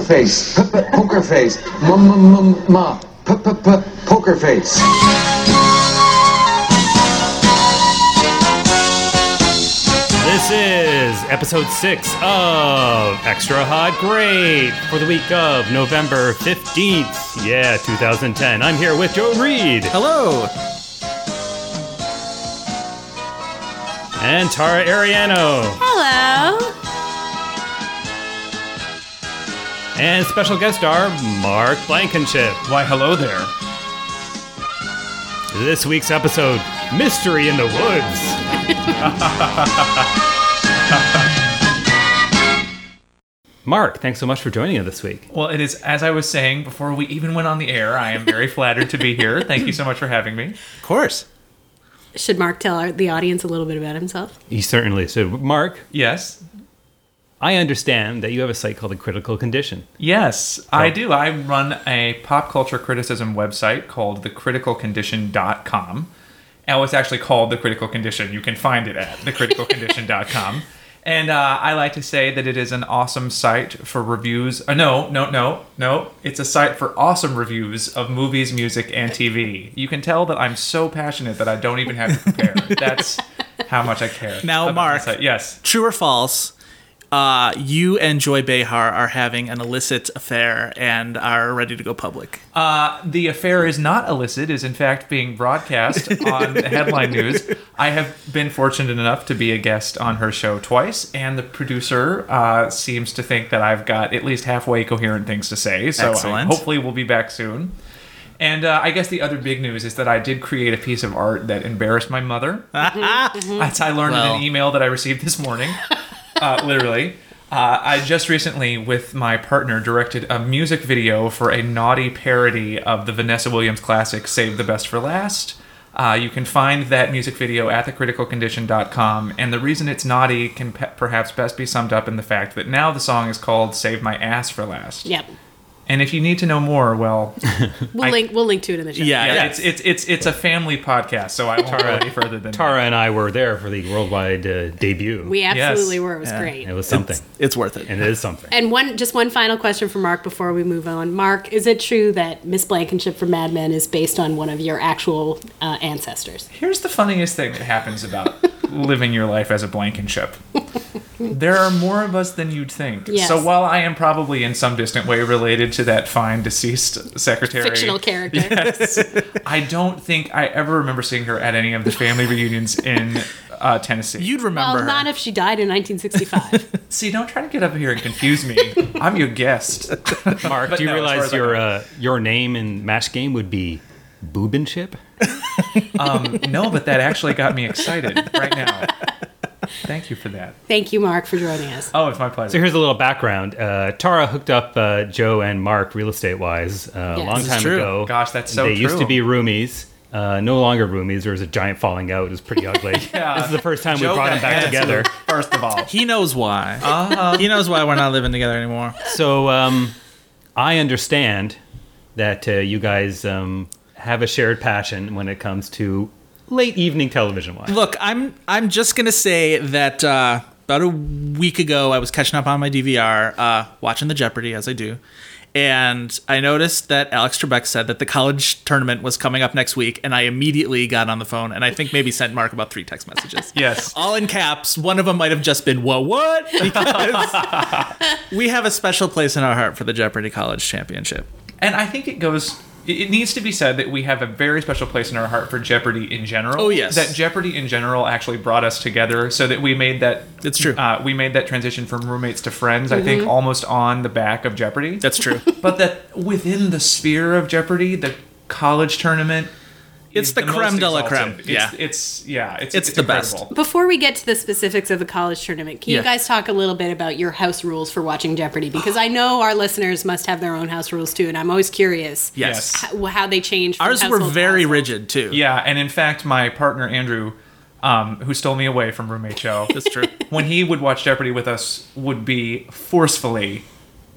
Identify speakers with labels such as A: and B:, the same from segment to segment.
A: face, p- p- poker face, m- m- m- ma, p- p- p- poker face.
B: This is episode six of Extra Hot Grade for the week of November 15th. Yeah, 2010. I'm here with Joe Reed
C: Hello.
B: and Tara Ariano
D: Hello.
B: and special guest star Mark Blankenship.
C: Why, hello there.
B: This week's episode Mystery in the Woods. Mark, thanks so much for joining us this week.
C: Well, it is as I was saying before we even went on the air. I am very flattered to be here. Thank you so much for having me.
E: Of course.
D: Should Mark tell our, the audience a little bit about himself?
B: He certainly should. Mark,
C: Yes.
B: I understand that you have a site called The Critical Condition.
C: Yes, I do. I run a pop culture criticism website called thecriticalcondition.com. Oh, it's actually called The Critical Condition. You can find it at thecriticalcondition.com. And uh, I like to say that it is an awesome site for reviews. Uh, no, no, no, no. It's a site for awesome reviews of movies, music, and TV. You can tell that I'm so passionate that I don't even have to prepare. That's how much I care.
E: Now,
C: about
E: Mark.
C: the site. Yes.
E: True or false? Uh, you and Joy Behar are having an illicit affair and are ready to go public.
C: Uh, the affair is not illicit, is in fact being broadcast on the headline news. I have been fortunate enough to be a guest on her show twice, and the producer uh, seems to think that I've got at least halfway coherent things to say. So I-
E: Excellent.
C: hopefully, we'll be back soon. And uh, I guess the other big news is that I did create a piece of art that embarrassed my mother. As I learned in
E: Well.
C: an email that I received this morning, uh, literally. Uh, I just recently, with my partner, directed a music video for a naughty parody of the Vanessa Williams classic Save the Best for Last. Uh, you can find that music video at thecriticalcondition.com, and the reason it's naughty can pe- perhaps best be summed up in the fact that now the song is called Save My Ass for Last.
D: Yep.
C: And if you need to know more, well,
D: We'll link. We'll link to it in the show.
E: Yeah,
C: yeah,
E: yeah.
C: it's, it's, it's, it's a family podcast, so I won't go any further than that.
B: Tara and I were there for the worldwide uh, debut.
D: We absolutely
C: Yes.
D: were. It was great.
B: it was something.
E: It's worth it.
B: and it is something.
D: and one, just one final question for Mark before we move on. Mark, is it true that Miss Blankenship from Mad Men is based on one of your actual uh, ancestors?
C: Here's the funniest thing that happens about living your life as a Blankenship. There are more of us than you'd think.
D: Yes.
C: So while I am probably in some distant way related to that fine deceased secretary,
D: Fictional character.
C: I don't think I ever remember seeing her at any of the family reunions in uh, Tennessee.
E: You'd remember
D: Well,
E: her.
D: not if she died in 1965.
C: See, don't try to get up here and confuse me. I'm your guest.
B: Mark,
C: But
B: do you
C: no, as far
B: realize
C: as I
B: your uh, your name in Match Game would be Boobinship?
C: No, but that actually got me excited right now. Thank you for that.
D: Thank you, Mark, for joining us.
C: Oh, it's my
B: So
C: pleasure.
B: here's a little background. Uh, Tara hooked up uh, Joe and Mark real estate wise uh, a
D: Yes.
B: long
D: This is
B: time
E: true.
B: ago.
C: Gosh, that's so
B: They used to
C: true.
B: be roomies. Uh, no longer roomies. There was a giant falling out. It was pretty ugly. This is the first time we
C: Joe
B: brought
C: got
B: them back
C: handsome,
B: together.
C: First of all,
E: he knows why. He knows why we're not living together anymore.
B: So um, I understand that uh, you guys um, have a shared passion when it comes to late evening television watch.
E: Look, I'm I'm just gonna say that uh, about a week ago I was catching up on my DVR, uh, watching the Jeopardy as I do, and I noticed that Alex Trebek said that the college tournament was coming up next week, and I immediately got on the phone and I think maybe sent Mark about three text messages.
C: yes.
E: All in caps. One of them might have just been "Whoa, what?" Because we have a special place in our heart for the Jeopardy College Championship.
C: And I think it goes. It it needs to be said that we have a very special place in our heart for Jeopardy in general.
E: Oh, yes.
C: that Jeopardy in general actually brought us together, so that we made that.
E: It's true.
C: Uh, we made that transition from roommates to friends. I think almost on the back of Jeopardy.
E: That's true.
C: but that within the sphere of Jeopardy, the college tournament.
E: It's
C: is
E: the creme
C: most
E: de la
C: exalted.
E: creme.
C: It's-
E: Yeah.
C: it's yeah, it's
E: It's the best.
C: incredible.
D: Before we get to the specifics of the college tournament, can
E: Yeah.
D: you guys talk a little bit about your house rules for watching Jeopardy? Because I know our listenest must have their own house rules too, and I'm always curious
C: Yes.
D: how, how they change. From
E: Ours were
D: household to
E: very
D: household.
E: rigid too.
C: Yeah, and in fact, my partner Andrew, um, who stole me away from roommate Joe,
E: That's true.
C: when he would watch Jeopardy with us, would be forcefully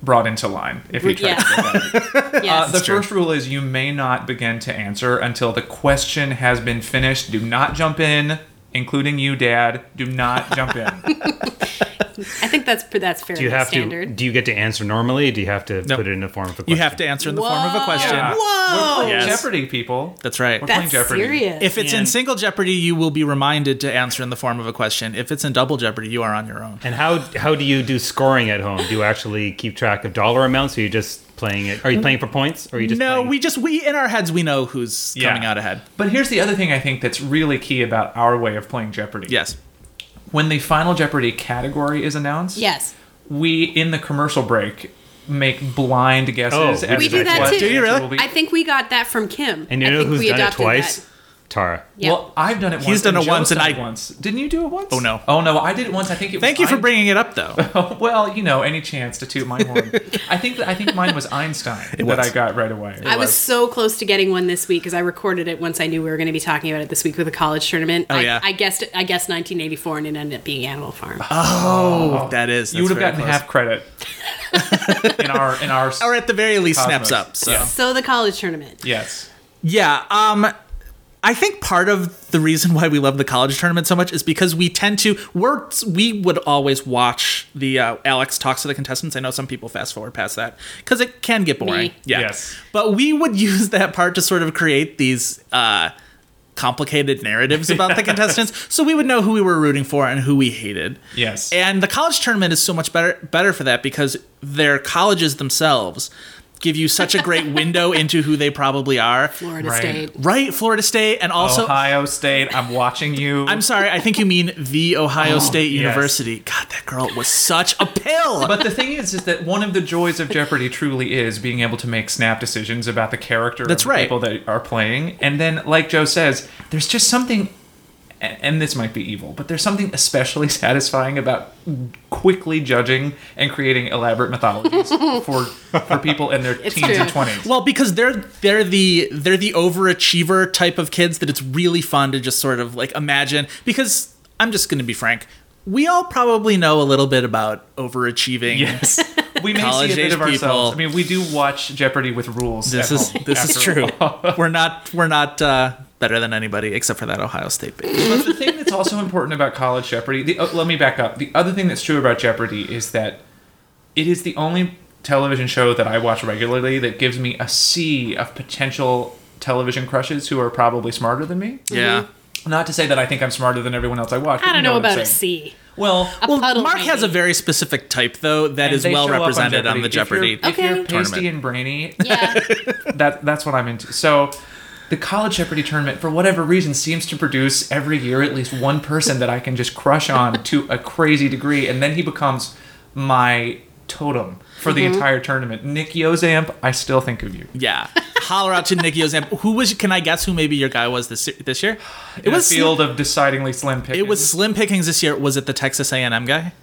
C: brought into line if he tried
D: Yeah.
C: to get that.
D: Yes.
C: Uh, the first rule is you may not begin to answer until the question has been finished. Do not jump in. including you, Dad, do not jump in.
D: I think that's that's fairly
B: Do you have
D: standard.
B: to? Do you get to answer normally? Do you have to put it in the form of a question?
E: You have to answer in the form of a question.
C: Yeah.
D: Whoa!
C: We're playing
E: Yes.
C: Jeopardy, people.
E: That's right.
C: We're
D: that's
C: playing Jeopardy.
D: serious.
E: If it's in
B: And-
E: single Jeopardy, you will be reminded to answer in the form of a question. If it's in double Jeopardy, you are on your own.
B: And how how do you do scoring at home? Do you actually keep track of dollar amounts? Or are you just playing it? Are you playing for points? Or are you just
E: no,
B: playing-
E: we just we in our heads we know who's
C: Yeah.
E: coming out ahead.
C: But here's the other thing I think that's really key about our way of playing Jeopardy.
E: Yes.
C: When the final Jeopardy category is announced,
D: yes.
C: we in the commercial break make blind guesses.
B: Oh,
C: as
B: we
C: to
B: do that
C: what
D: too.
C: the
D: Do you
C: answer
E: really?
C: will be.
D: I think we got that from Kim.
B: And you
D: I
B: know
D: think
B: who's
D: we
B: done it
D: adopted
B: twice?
D: That.
B: Tara.
D: Yeah.
C: Well, I've done it once.
E: done
C: and
E: it once,
C: Joe's done
E: and
C: it
E: I-
C: once. Didn't you do it once?
E: Oh, no.
C: Oh no, I did it once. I think it.
E: Thank you
C: was
E: for
C: Ein-
E: bringing it up though.
C: Well, you know, any chance to toot my horn. I think that, I think mine was Einstein that
E: was.
C: I got right away.
D: I was so close to getting one this week because I recorded it once I knew we were going to be talking about it this week with a college tournament.
E: Oh,
D: I,
E: yeah.
D: I guessed I guessed 1984 and it ended up being Animal Farm.
E: Oh, that is.
C: you would have
E: that's very
C: gotten
E: close.
C: half credit in our in our.
E: or at the very least snaps
C: Cosmos.
E: up. So
C: Yeah.
D: so the college tournament.
C: yes.
E: Yeah, um I think part of the reason why we love the college tournament so much is because we tend to we're we would always watch the uh, Alex talks to the contestants. I know some people fast forward past that because it can get boring.
D: Me.
E: Yeah.
C: Yes.
E: But we would use that part to sort of create these uh complicated narratives about the contestants so we would know who we were rooting for and who we hated.
C: Yes.
E: And the college tournament is so much better better for that because their colleges themselves give you such a great window into who they probably are.
D: Florida
C: Right.
D: State.
E: Right, Florida State, and also
C: Ohio State, I'm watching you.
E: I'm sorry, I think you mean the Ohio State
C: Oh, yes.
E: University. God, that girl was such a pill.
C: but the thing is, is that one of the joys of Jeopardy truly is being able to make snap decisions about the character
E: That's
C: of the
E: right.
C: people that are playing. And then, like Joe says, there's just something, and and this might be evil, but there's something especially satisfying about quickly judging and creating elaborate mythologies for for people in their teens
D: true.
C: and twenties.
E: well, because they're they're the they're the overachiever type of kids that it's really fun to just sort of like imagine. Because I'm just going to be frank, we all probably know a little bit about overachieving.
C: Yes. We may see a
E: College-age
C: bit of ourselves. I
E: people.
C: mean, we do watch Jeopardy with rules.
E: This
C: at
E: is
C: home,
E: this is
C: after
E: true.
C: all.
E: we're not we're not uh, better than anybody except for that Ohio State baby.
C: But the thing that's also important about College Jeopardy, the, oh, let me back up. The other thing that's true about Jeopardy is that it is the only television show that I watch regularly that gives me a sea of potential television crushes who are probably smarter than me.
E: Yeah.
C: Not to say that I think I'm smarter than everyone else I watch. but
D: I
C: you
D: don't know
C: what I'm
D: about a
C: saying.
D: C.
C: Well,
D: A
E: Well,
D: puddle
E: Mark has a
D: maybe.
E: very specific type though that
C: and
E: is
C: they
E: well
C: show up
E: represented on, the Jeopardy.
C: If you're, if you're
D: Okay.
C: pasty
E: tournament.
C: and brainy,
D: yeah.
C: that that's what I'm into. So the college Jeopardy tournament, for whatever reason, seems to produce every year at least one person that I can just crush on to a crazy degree, and then he becomes my totem for the
E: Mm-hmm.
C: entire tournament. Nick Yozamp, I still think of you.
E: Yeah. Holler out to Nicky Ozamp. Who was? Can I guess who maybe your guy was this this year? It
C: In
E: was
C: a field of decidingly slim pickings.
E: It was Slim Pickings this year. Was it the Texas A&M guy?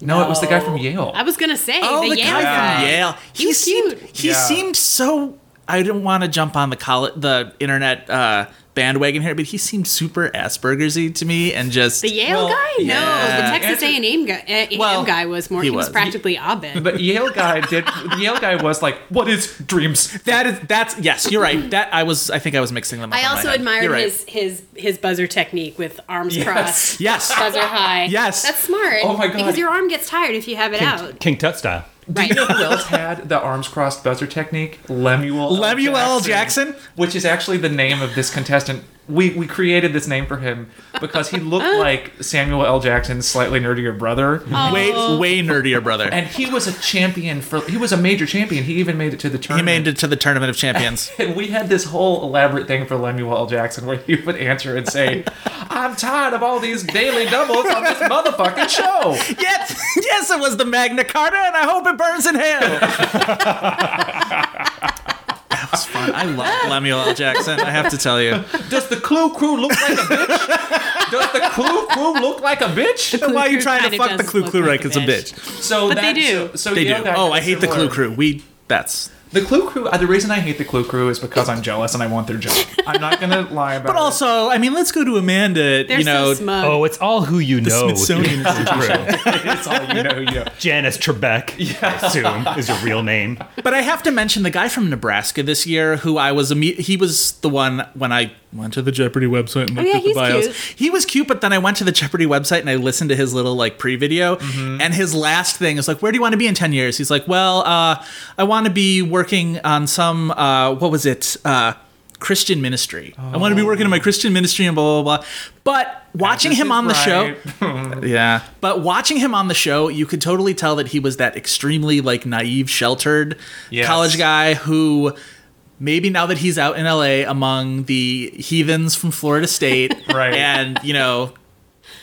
C: no, it was the guy from Yale.
D: I was going to say Oh, the, Yale
E: guy
D: guy.
E: from Oh, Yale. He,
D: was
E: seemed
D: cute.
E: he
C: Yeah.
E: seemed so. I didn't want to jump on the coll the internet uh, bandwagon here, but he seemed super Aspergersy to me, and just
D: The Yale
C: Well,
D: guy? No,
E: yeah.
D: the Texas
C: Andrew-
D: A&M guy, A&M
E: Well,
D: guy was more. He
E: he
D: was,
E: was.
D: practically Abed.
C: but Yale guy did. the Yale guy was like, "What is dreams?"
E: that is that's yes, you're right. That I was. I think I was mixing them. up
D: I
E: in Oh my
D: also
E: head.
D: admired
E: You're right.
D: his his his buzzer technique with arms crossed,
E: Yes.
D: buzzer high.
E: Yes.
D: that's smart.
C: Oh my God.
D: Because your arm gets tired if you have it out.
B: King Tut style.
D: Right.
C: You know who else had the arms crossed buzzer technique? Lemuel. L.
E: Lemuel L. Jackson?
C: which is actually the name of this contestant. We we created this name for him because he looked like Samuel L. Jackson's slightly nerdier brother,
E: way way nerdier brother.
C: and he was a champion for. He was a major champion. He even made it to the
E: he
C: tournament.
E: made it to the tournament of champions.
C: And we had this whole elaborate thing for Lemuel L. Jackson where he would answer and say, "I'm tired of all these daily doubles on this motherfucking show."
E: Yes, yes, it was the Magna Carta, and I hope it burns in hell. that was fun. I love Lemuel L. Jackson. I have to tell you,
C: Does the Clue Crew look like a bitch? Does the Clue Crew look like a bitch?
E: why are you
D: Crew
E: trying to
D: kinda
E: fuck the
D: does
E: Clue
D: look
E: Clue
D: like
E: Rake
D: a
E: is a
D: bitch.
E: bitch?
C: So
D: But they
C: that's-
D: do.
C: So
E: They do.
C: Yale got
E: Oh, I hate the
C: similar.
E: Clue Crew. We that's.
C: The Clue Crew. Uh, the reason I hate the Clue Crew is because I'm jealous and I want their job. I'm not gonna lie about.
E: But also, I mean, let's go to Amanda.
D: They're
E: you know,
D: so smug.
B: Oh, it's all who you
E: the
B: know.
E: Smithsonian Institution.
C: it. it's all you know. You know.
B: Janice Trebek, I assume, is your real name.
E: But I have to mention the guy from Nebraska this year, who I was imme- he was the one when I went to the Jeopardy website and looked
D: Oh, yeah,
E: at the
D: he's
E: bios.
D: cute.
E: He was cute, but then I went to the Jeopardy website and I listened to his little like pre-video, and his last thing is like, "Where do you want to be in ten years?" He's like, "Well, uh, I want to be working on some uh, what was it, uh, Christian ministry. I want to be working in my Christian ministry and blah blah blah." But watching him on the show, yeah. But watching him on the show, you could totally tell that he was that extremely like naive, sheltered
C: Yes.
E: college guy who maybe now that he's out in LA among the heathens from Florida State
C: Right.
E: and, you know,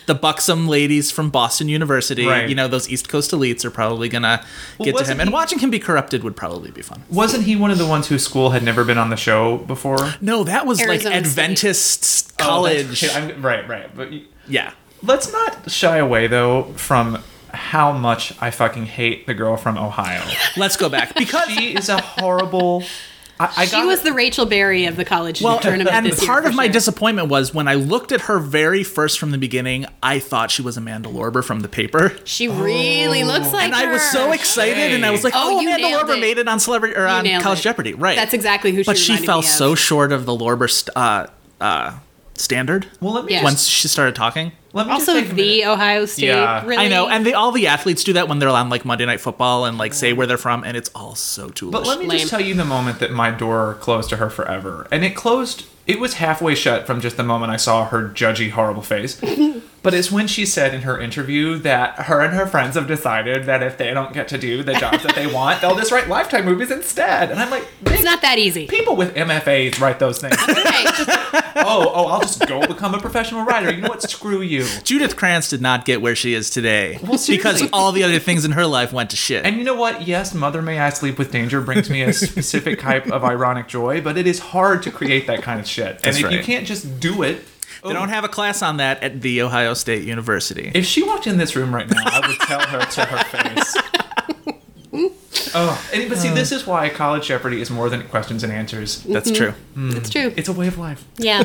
E: the buxom ladies from Boston University,
C: Right.
E: you know, those East Coast elites are probably going to get to
C: wasn't
E: him. And
C: he-
E: watching him be corrupted would probably be fun.
C: Wasn't he one of the ones whose school had never been on the show before?
E: No, that was
D: Arizona
E: like
D: State.
C: Oh,
E: Adventist
C: that's-
E: college.
C: okay, I'm- right, right. But you-
E: yeah.
C: let's not shy away though from how much I fucking hate the girl from Ohio.
E: Let's go back because
C: she is a horrible. I, I
D: She
C: got
D: was the Rachel Berry of the college
E: well,
D: tournament.
E: and
D: this year,
E: part
D: for
E: of my
D: sure.
E: disappointment was when I looked at her very first from the beginning, I thought she was Amanda Lorber from the paper.
D: She really looks like
E: Oh. and I was
D: her.
E: so excited, and I was like,
D: Oh,
E: "Oh,
D: you
E: Amanda
D: nailed
E: Lorber
D: it.
E: made it on Celebrity or on
D: nailed
E: College
D: it.
E: Jeopardy!" Right?
D: That's exactly who she
E: But she
D: reminded
E: fell
D: me of.
E: so short of the Lorber st- uh, uh, standard
C: Well, let me
D: Yeah.
C: just,
E: once she started talking.
C: let me just
D: Also,
C: take a minute.
D: the Ohio State.
C: Yeah.
D: really.
E: I know, and they, all the athletes do that when they're on like Monday Night Football and like say where they're from, and it's all so toolish.
C: But let me
D: Lame.
C: just tell you the moment that my door closed to her forever. And it closed, it was halfway shut from just the moment I saw her judgy, horrible face. but it's when she said in her interview that her and her friends have decided that if they don't get to do the jobs that they want, they'll just write Lifetime movies instead. And I'm like,
D: it's not that easy.
C: people with MFAs write those things.
D: Okay, just-
C: oh, oh, I'll just go become a professional writer. You know what? Screw you.
E: Judith Krantz did not get where she is today because
C: seriously.
E: all the other things in her life went to shit.
C: And you know what? Yes, Mother May I Sleep with Danger brings me a specific type of ironic joy, but it is hard to create that kind of shit. and
E: That's
C: if you
E: right.
C: can't just do it,
E: they don't have a class on that at the Ohio State University.
C: If she walked in this room right now, I would tell her to her face. oh, and, but
E: Uh.
C: see, this is why College Jeopardy is more than questions and answers.
E: That's true.
D: it's true.
C: It's a way of life.
D: Yeah.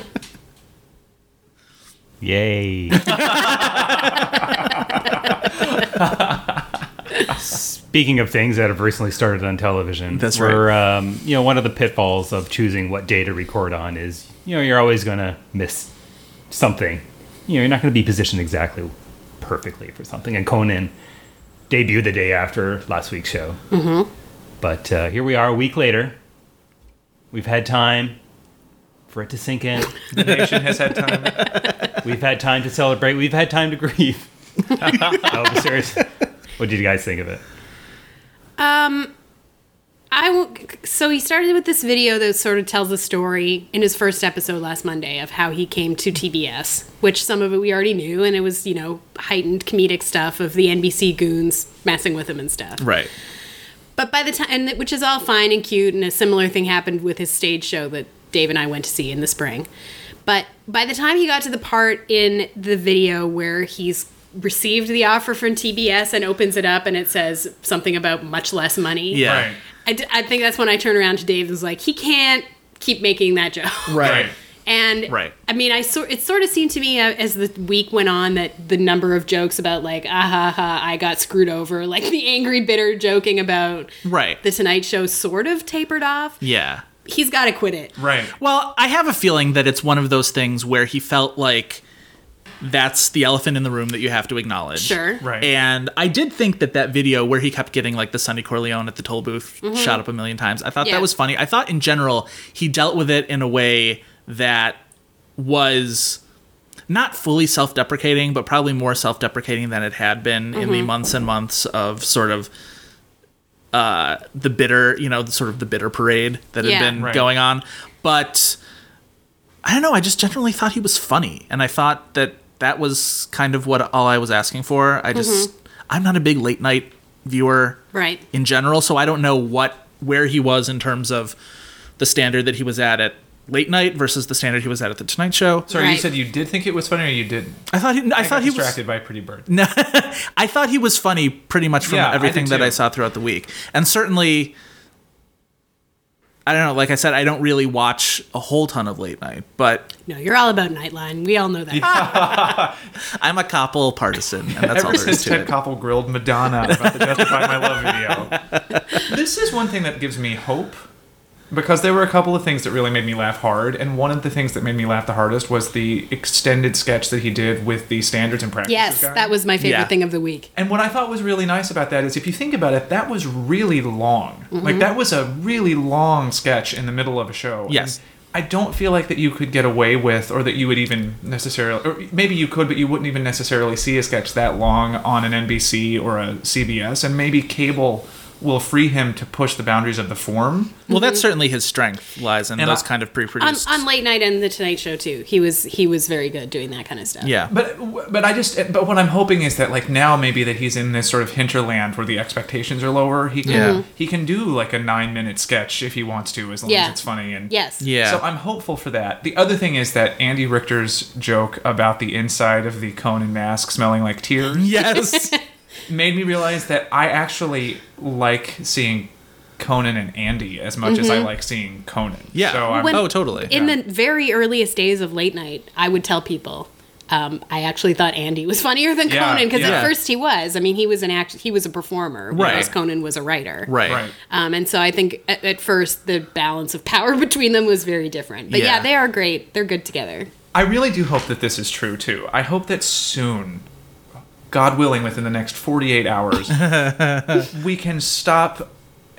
B: Yay. Speaking of things that have recently started on television,
E: That's
B: where, Um, you know, one of the pitfalls of choosing what day to record on is, you know, you're always going to miss something. You know, you're not going to be positioned exactly perfectly for something. And Conan debuted the day after last week's show. Mm-hmm. But uh, here we are a week later. We've had time for it to sink in.
C: The nation has had time.
B: We've had time to celebrate. We've had time to grieve. no, but seriously. What did you guys think of it?
D: I w- so he started with this video that sort of tells the story in his first episode last Monday of how he came to TBS, which some of it we already knew, and it was you know heightened comedic stuff of the NBC goons messing with him and stuff.
E: Right.
D: But by the time, and th- which is all fine and cute, and a similar thing happened with his stage show that Dave and I went to see in the spring. But by the time he got to the part in the video where he's received the offer from TBS and opens it up and it says something about much less money.
E: Yeah.
C: Right.
D: I, d- I think that's when I turned around to Dave and was like, he can't keep making that joke.
C: Right.
D: And
E: Right.
D: I mean, I sort it sort of seemed to me uh, as the week went on that the number of jokes about like ah ha ha I got screwed over, like the angry bitter joking about
E: Right.
D: the Tonight Show sort of tapered off.
E: yeah.
D: He's got to quit it.
C: Right.
E: Well, I have a feeling that it's one of those things where he felt like that's the elephant in the room that you have to acknowledge.
D: Sure.
C: Right.
E: And I did think that that video where he kept getting like the Sonny Corleone at the toll booth shot up a million times, I thought
D: Yeah.
E: that was funny. I thought in general he dealt with it in a way that was not fully self deprecating, but probably more self deprecating than it had been in the months and months of sort of uh, the bitter, you know, sort of the bitter parade that had
D: Yeah.
E: been
C: Right.
E: going on. But I don't know. I just generally thought he was funny, and I thought that that was kind of what all I was asking for. I just I'm not a big late night viewer
D: Right.
E: in general, so I don't know what where he was in terms of the standard that he was at at late night versus the standard he was at at the Tonight Show.
C: Sorry, you
D: Right.
C: said you did think it was funny, or you didn't?
E: I thought he, I,
C: I
E: thought
C: got
E: Uh, he was
C: distracted by Pretty Bird.
E: I thought he was funny pretty much from
C: Yeah, I
E: everything
C: did
E: that
C: too.
E: I saw throughout the week. And certainly I don't know, like I said, I don't really watch a whole ton of late night, but
D: No, you're all about Nightline. We all know that.
E: I'm a couple partisan, and that's all
C: Ever
E: there is
C: since
E: to
C: Ted
E: it.
C: Koppel grilled Madonna about the Justify My Love video. This is one thing that gives me hope because there were a couple of things that really made me laugh hard, and one of the things that made me laugh the hardest was the extended sketch that he did with the standards and practices.
D: Yes,
C: guy.
D: that was my favorite
E: Yeah.
D: thing of the week.
C: And what I thought was really nice about that is if you think about it, that was really long. Like that was a really long sketch in the middle of a show. And
E: Yes.
C: I don't feel like that you could get away with or that you would even necessarily or maybe you could, but you wouldn't even necessarily see a sketch that long on an NBC or a CBS and maybe cable will free him to push the boundaries of the form.
E: Well, that's certainly his strength lies in
C: And
E: those
C: I-
E: kind of
D: On,
E: pre-produced.
D: on late night and the Tonight Show too, he was he was very good doing that kind of stuff.
E: yeah,
C: But but I just but what I'm hoping is that like now maybe that he's in this sort of hinterland where the expectations are lower. He can
E: Yeah.
C: he can do like a nine minute sketch if he wants to as long as
D: Yeah.
C: it's funny and
D: Yes.
E: yeah.
C: So I'm hopeful for that. The other thing is that Andy Richter's joke about the inside of the Conan mask smelling like tears
E: yes.
C: made me realize that I actually like seeing Conan and Andy as much as I like seeing Conan.
E: Yeah.
C: So I'm,
D: When-
E: oh, totally.
D: In the very earliest days of late night, I would tell people um, I actually thought Andy was funnier than
C: Yeah,
D: Conan because
C: yeah.
D: at first he was. I mean, he was an act, he was a performer, whereas
E: Right.
D: Conan was a writer.
E: right.
C: right.
D: Um, and so I think at, at first the balance of power between them was very different. But yeah.
E: Yeah.
D: they are great. They're good together.
C: I really do hope that this is true too. I hope that soon, God willing, within the next 48 hours, we can stop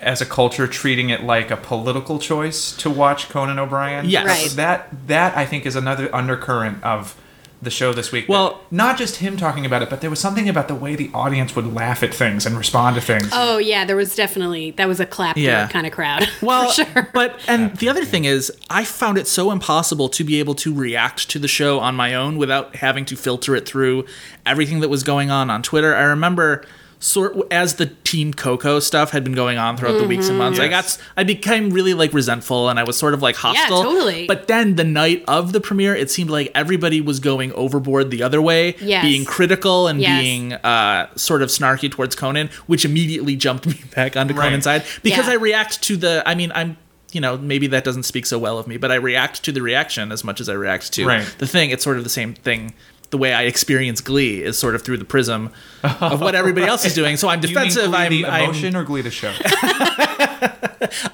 C: as a culture treating it like a political choice to watch Conan O'Brien.
E: Yes.
D: Right.
C: That that I think is another undercurrent of the show this week.
E: Well-
C: not just him talking about it, but there was something about the way the audience would laugh at things and respond to things.
D: Oh yeah, there was definitely that was a clap
E: Yeah.
D: kind of crowd.
E: Well,
D: for sure.
E: but and the other thing is, I found it so impossible to be able to react to the show on my own without having to filter it through everything that was going on on Twitter. I remember sort as the Team Coco stuff had been going on throughout the weeks and
D: Mm-hmm.
E: months. I got
C: Yes.
E: s- I became really like resentful and I was sort of like hostile.
D: totally.
E: But then the night of the premiere, it seemed like everybody was going overboard the other way,
D: Yes.
E: being critical and
D: Yes.
E: being uh, sort of snarky towards Conan, which immediately jumped me back onto
C: Right.
E: Conan's side because
D: Yeah.
E: I react to the. I mean, I'm you know maybe that doesn't speak so well of me, but I react to the reaction as much as I react to
C: Right.
E: the thing. It's sort of the same thing. The way I experience Glee is sort of through the prism of what everybody else is doing. So I'm
C: Do you mean
E: defensive.
C: Glee
E: I'm,
C: the
E: I'm-
C: emotion or Glee the show?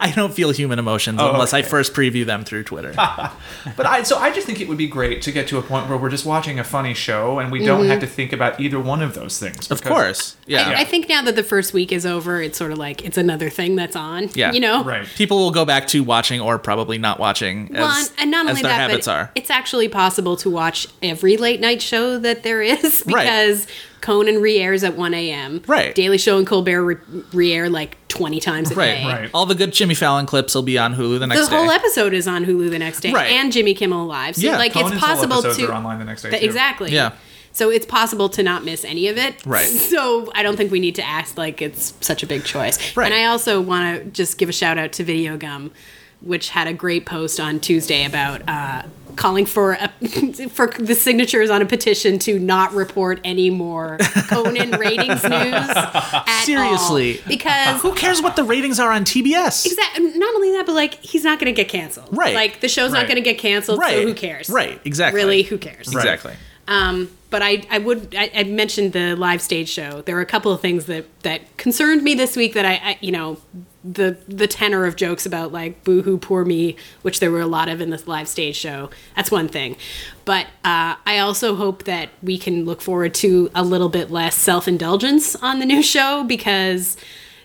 E: I don't feel human emotions
C: Oh,
E: unless I first preview them through Twitter.
C: Ah, But I so I just think it would be great to get to a point where we're just watching a funny show and we don't
D: Mm-hmm.
C: have to think about either one of those things.
E: of course, yeah.
D: I, I think now that the first week is over, it's sort of like it's another thing that's on.
E: Yeah.
D: You know?
C: Right.
E: People will go back to watching or probably not watching
D: Well,
E: as,
D: and, and not
E: as
D: only
E: their
D: that,
E: habits
D: but
E: are.
D: it's actually possible to watch every late night show that there is
E: Right.
D: because Conan re-airs at 1 a.m.
E: Right.
D: Daily Show and Colbert re- re-air like 20 times a
E: Right,
D: day.
C: right.
E: All the good Jimmy Fallon clips will be on Hulu the
D: The
E: next
D: whole
E: day.
D: episode is on Hulu the next day
E: Right.
D: and Jimmy Kimmel Live. So
E: Yeah,
D: like
C: Conan's
D: it's
C: whole
D: possible
C: episodes
D: to
C: are online the next day.
D: Th-
C: too.
D: exactly.
E: Yeah.
D: So it's possible to not miss any of it.
E: Right.
D: So I don't think we need to act like it's such a big choice.
E: Right.
D: And I also want to just give a shout out to Video Gum, which had a great post on Tuesday about uh, calling for a, for the signatures on a petition to not report any more Conan ratings news. at all.
E: Seriously.
D: because
E: Who cares what the ratings are on TBS?
D: Exactly. Not only that, but like he's not going to get canceled.
E: Right.
D: Like the show's
C: Right.
D: not going to get canceled.
E: Right.
D: So who cares?
E: Right, exactly.
D: Really, who cares?
C: Right.
E: Exactly.
D: Um, but I, I would I, I mentioned the live stage show. There were a couple of things that that concerned me this week that I, I you know the the tenor of jokes about like boo hoo poor me, which there were a lot of in this live stage show. That's one thing. But uh, I also hope that we can look forward to a little bit less self indulgence on the new show because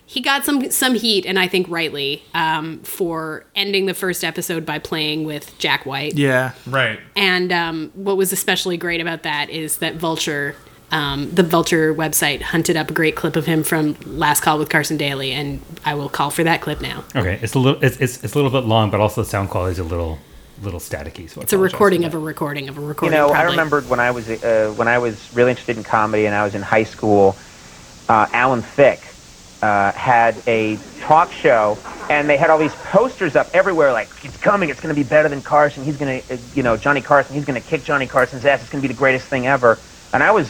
D: he got some some heat and I think rightly um, for ending the first episode by playing with Jack White.
E: Yeah.
C: Right.
D: And um, what was especially great about that is that Vulture, um, the Vulture website, hunted up a great clip of him from Last Call with Carson Daly, and I will call for that clip now.
B: Okay, it's a little it's, it's, it's a little bit long, but also the sound quality is a little little staticky. So
D: It's a recording of a recording of a
F: You
D: recording.
F: know, I
D: probably.
F: remembered when I was uh, when I was really interested in comedy and I was in high school. Uh, Alan Thicke uh, had a talk show, and they had all these posters up everywhere, like "It's coming, it's going to be better than Carson. He's going to, uh, you know, Johnny Carson. He's going to kick Johnny Carson's ass. It's going to be the greatest thing ever." And I was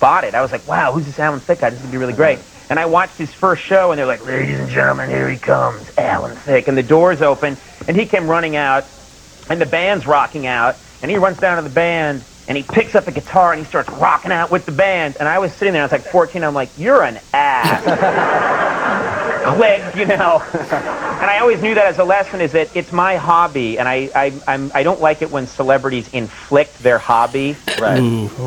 F: bought it. I was like, "Wow, who's this Alan Thicke guy? This is going to be really great."
D: Mm-hmm.
F: And I watched his first show, and they're like, "Ladies and gentlemen, here he comes, Alan Thicke." And the doors open, and he came running out, and the band's rocking out, and he runs down to the band, and he picks up a guitar and he starts rocking out with the band. And I was sitting there, I was like 14, I'm like, you're an ass. Click, you know. and I always knew that as a lesson is that it's my hobby, and I I I'm, I don't like it when celebrities inflict their hobby.
A: Right.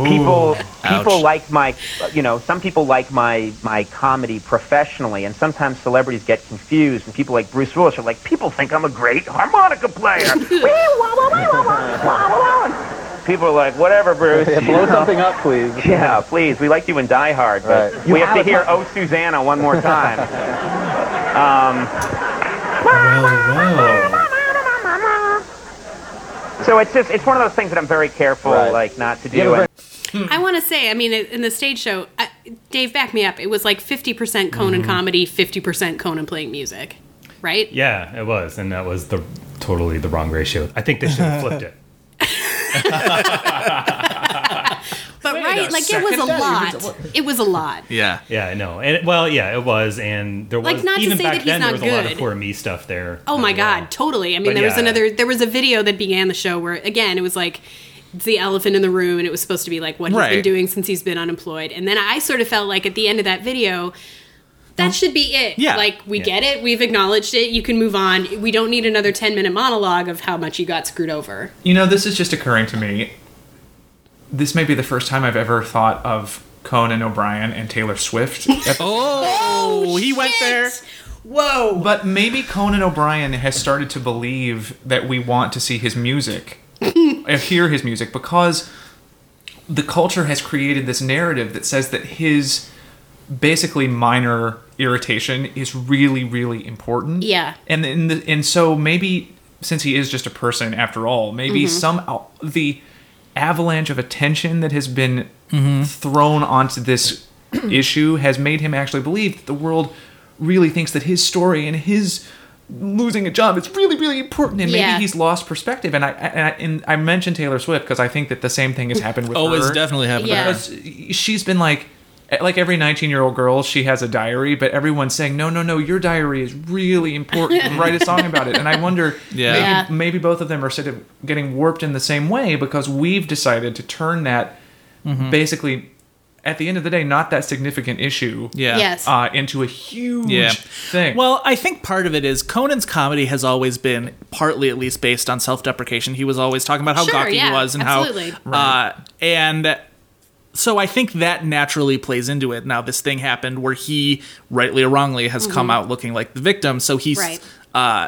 F: People people
E: Ouch.
F: like my you know some people like my my comedy professionally, and sometimes celebrities get confused. And people like Bruce Willis are like, people think I'm a great harmonica player. Wee, wah, wah, wah, wah, wah, wah, wah, wah. people are like, whatever, Bruce.
G: Yeah,
F: you
G: blow
F: know?
G: something up, please.
F: Yeah, please. We like you in Die Hard, but
G: Right.
F: we have to hear "Oh Susanna" one more time. um, so it's just it's one of those things that I'm very careful,
G: Right.
F: like not to do.
G: You have a
F: And-
D: I want to say, I mean, in the stage show, I, Dave, back me up. It was like 50% Conan
F: Mm-hmm.
D: comedy, 50% Conan playing music, right?
B: Yeah, it was, and that was the totally the wrong ratio. I think they should have flipped it.
D: But right,
E: a
D: like it was a lot. It was a lot.
E: Yeah.
B: Yeah, I know. And it- well, yeah, it was, and there was
D: Like, not to
B: even
D: say
B: back
D: that he's
B: then there
D: not
B: was a lot of
D: good.
B: poor me stuff there.
D: Oh my
B: as well.
D: god, totally. I mean,
B: But
D: there was
B: yeah.
D: another there was a video that began the show where again, it was like it's the elephant in the room and it was supposed to be like what he's been
E: Right.
D: doing since he's been unemployed. And then I sort of felt like at the end of that video that should be it.
E: Yeah.
D: Like we
B: Yeah.
D: get it, we've acknowledged it, you can move on. We don't need another 10-minute monologue of how much you got screwed over.
C: You know, this is just occurring to me. This may be the first time I've ever thought of Conan O'Brien and Taylor Swift.
E: Oh, he went there.
D: Whoa.
C: but maybe Conan O'Brien has started to believe that we want to see his music, and hear his music, because the culture has created this narrative that says that his basically minor irritation is really, really important.
D: Yeah.
C: And in the, and so maybe since he is just a person after all, maybe
D: Mm-hmm.
C: some out- the avalanche of attention that has been thrown onto this issue has made him actually believe that the world really thinks that his story and his losing a job is really really important and maybe
D: Yeah.
C: he's lost perspective and I, and I and I mentioned Taylor Swift because I think that the same thing has happened with
E: Oh,
C: her
E: it's definitely happened.
D: Yeah.
C: because she's been like eh, like every 19 year old girl she has a diary but everyone's saying no no no your diary is really important write a song about it and i wonder
E: Yeah.
C: maybe,
D: Yeah.
C: maybe both of them are sort of getting warped in the same way because we've decided to turn that
E: Mm-hmm.
C: basically at the end of the day not that significant issue
E: Yeah.
D: Yes.
C: uh, into a huge
E: Yeah.
C: thing
E: Well, I think part of it is Conan's comedy has always been partly at least based on self-deprecation. He was always talking about how
D: Sure,
E: gawky
D: yeah,
E: he was and
D: absolutely.
E: how uh and so I think that naturally plays into it. Now this thing happened where he rightly or wrongly has come out looking like the victim, so he's
D: Mm-hmm. Right.
E: uh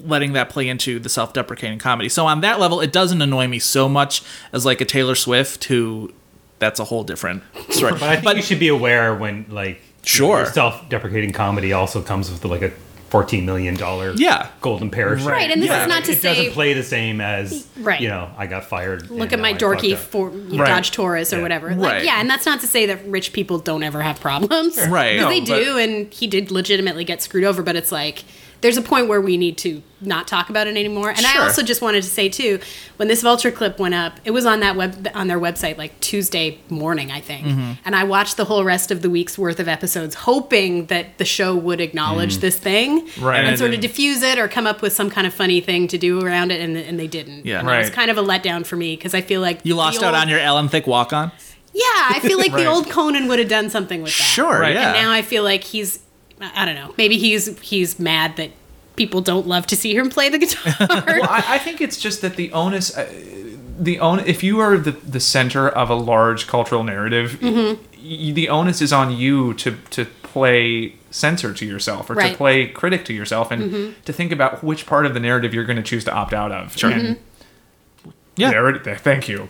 E: letting that play into the self-deprecating comedy. So on that level it doesn't annoy me so much as like a Taylor Swift who that's a whole different story.
B: But I think you should be aware when like
E: Sure.
B: self-deprecating comedy also comes with like a fourteen million dollar
E: Yeah.
B: golden parachute.
D: Right, and this
E: Yeah.
D: is not to
B: it
D: say
B: doesn't play the same as
D: Right.
B: you know I got fired.
D: look
B: and
D: at my
B: now I
D: dorky
B: fucked up.
D: for,
C: Right.
D: Dodge Taurus or
B: Yeah.
D: whatever.
E: Right.
D: Like, yeah, and that's not to say that rich people don't ever have problems.
E: Right.
D: 'Cause
E: No,
D: they
C: but-
D: do, and he did legitimately get screwed over, but it's like there's a point where we need to not talk about it anymore. And
E: Sure.
D: I also just wanted to say too, when this Vulture clip went up, it was on that web on their website like Tuesday morning, I think. And I watched the whole rest of the week's worth of episodes hoping that the show would acknowledge this thing
C: Right.
D: and,
C: And it
D: sort of
E: didn't.
D: diffuse it or come up with some kind of funny thing to do around it and, and they didn't.
E: Yeah.
D: And that was
C: Right.
D: kind of a letdown for me because I feel like
E: You
D: the
E: lost out
D: old-
E: on your Alan Thick walk on?
D: yeah, I feel like
C: Right.
D: the old Conan would have done something with that.
E: Sure,
C: Right.
E: yeah.
D: And now I feel like he's I I don't know. Maybe he's he's mad that people don't love to see him play the guitar.
C: I, I think it's just that the onus, uh, the on, if you are the the center of a large cultural narrative,
D: Mm-hmm.
C: y- the onus is on you to to play censor to yourself or to
D: Right. Mm-hmm.
C: play critic to yourself and to think about which part of the narrative you're going to choose to opt out of. Sure.
D: Mm-hmm.
E: Yeah.
C: There it, there- thank you.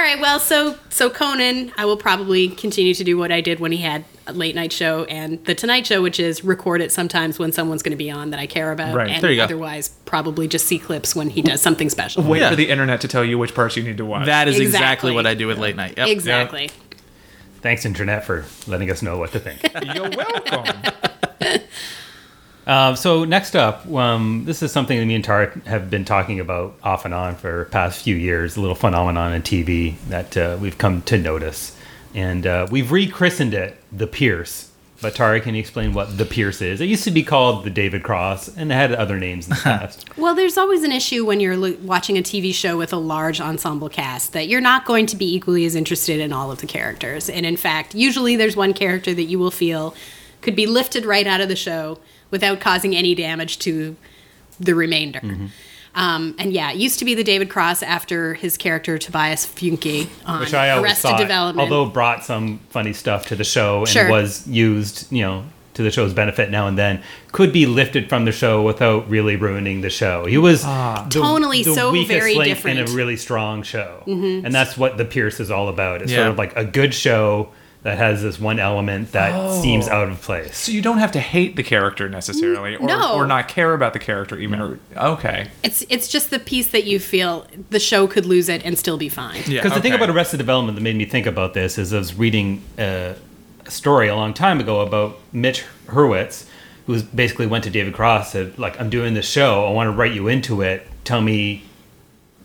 D: All right, well, so so Conan, I will probably continue to do what I did when he had a late night show and the Tonight Show, which is record it sometimes when someone's going to be on that I care about,
C: Right,
D: and
E: there you go.
D: otherwise probably just see clips when he does something special.
C: Wait
E: Yeah.
C: for the internet to tell you which parts you need to watch.
E: That is exactly,
D: Exactly.
E: what I do with late night. Yep.
D: Exactly.
B: Thanks internet for letting us know what to think.
C: You're welcome.
B: Uh, so next up, um, this is something that me and Tara have been talking about off and on for past few years. A little phenomenon in TV that uh, we've come to notice, and uh, we've rechristened it the Pierce. But Tara, can you explain what the Pierce is? It used to be called the David Cross, and it had other names in the past.
D: Well, there's always an issue when you're lo- watching a TV show with a large ensemble cast that you're not going to be equally as interested in all of the characters. And in fact, usually there's one character that you will feel could be lifted right out of the show without causing any damage to the remainder.
B: Mm-hmm.
D: Um, and yeah, it used to be the David Cross after his character Tobias Funke on
B: which I always
D: Arrested
B: thought,
D: Development.
B: although brought some funny stuff to the show and
D: Sure.
B: was used, you know, to the show's benefit now and then, could be lifted from the show without really ruining the show. He was the,
D: Tonally
B: the
D: so
B: weakest
D: very
B: link in
D: different. Mm-hmm.
B: a really strong show, and that's what the Pierce is all about. It's
E: Yeah.
B: sort of like a good show that has this one element that seems out of place.
C: So you don't have to hate the character necessarily, or,
D: no.
C: or not care about the character even. Or, okay,
D: it's it's just the piece that you feel the show could lose it and still be fine.
E: Yeah.
B: Because the thing
C: Okay.
B: about Arrested Development that made me think about this is I was reading uh, a story a long time ago about Mitch Hurwitz, who was- basically went to David Cross said, like, I'm doing this show. I want to write you into it. Tell me,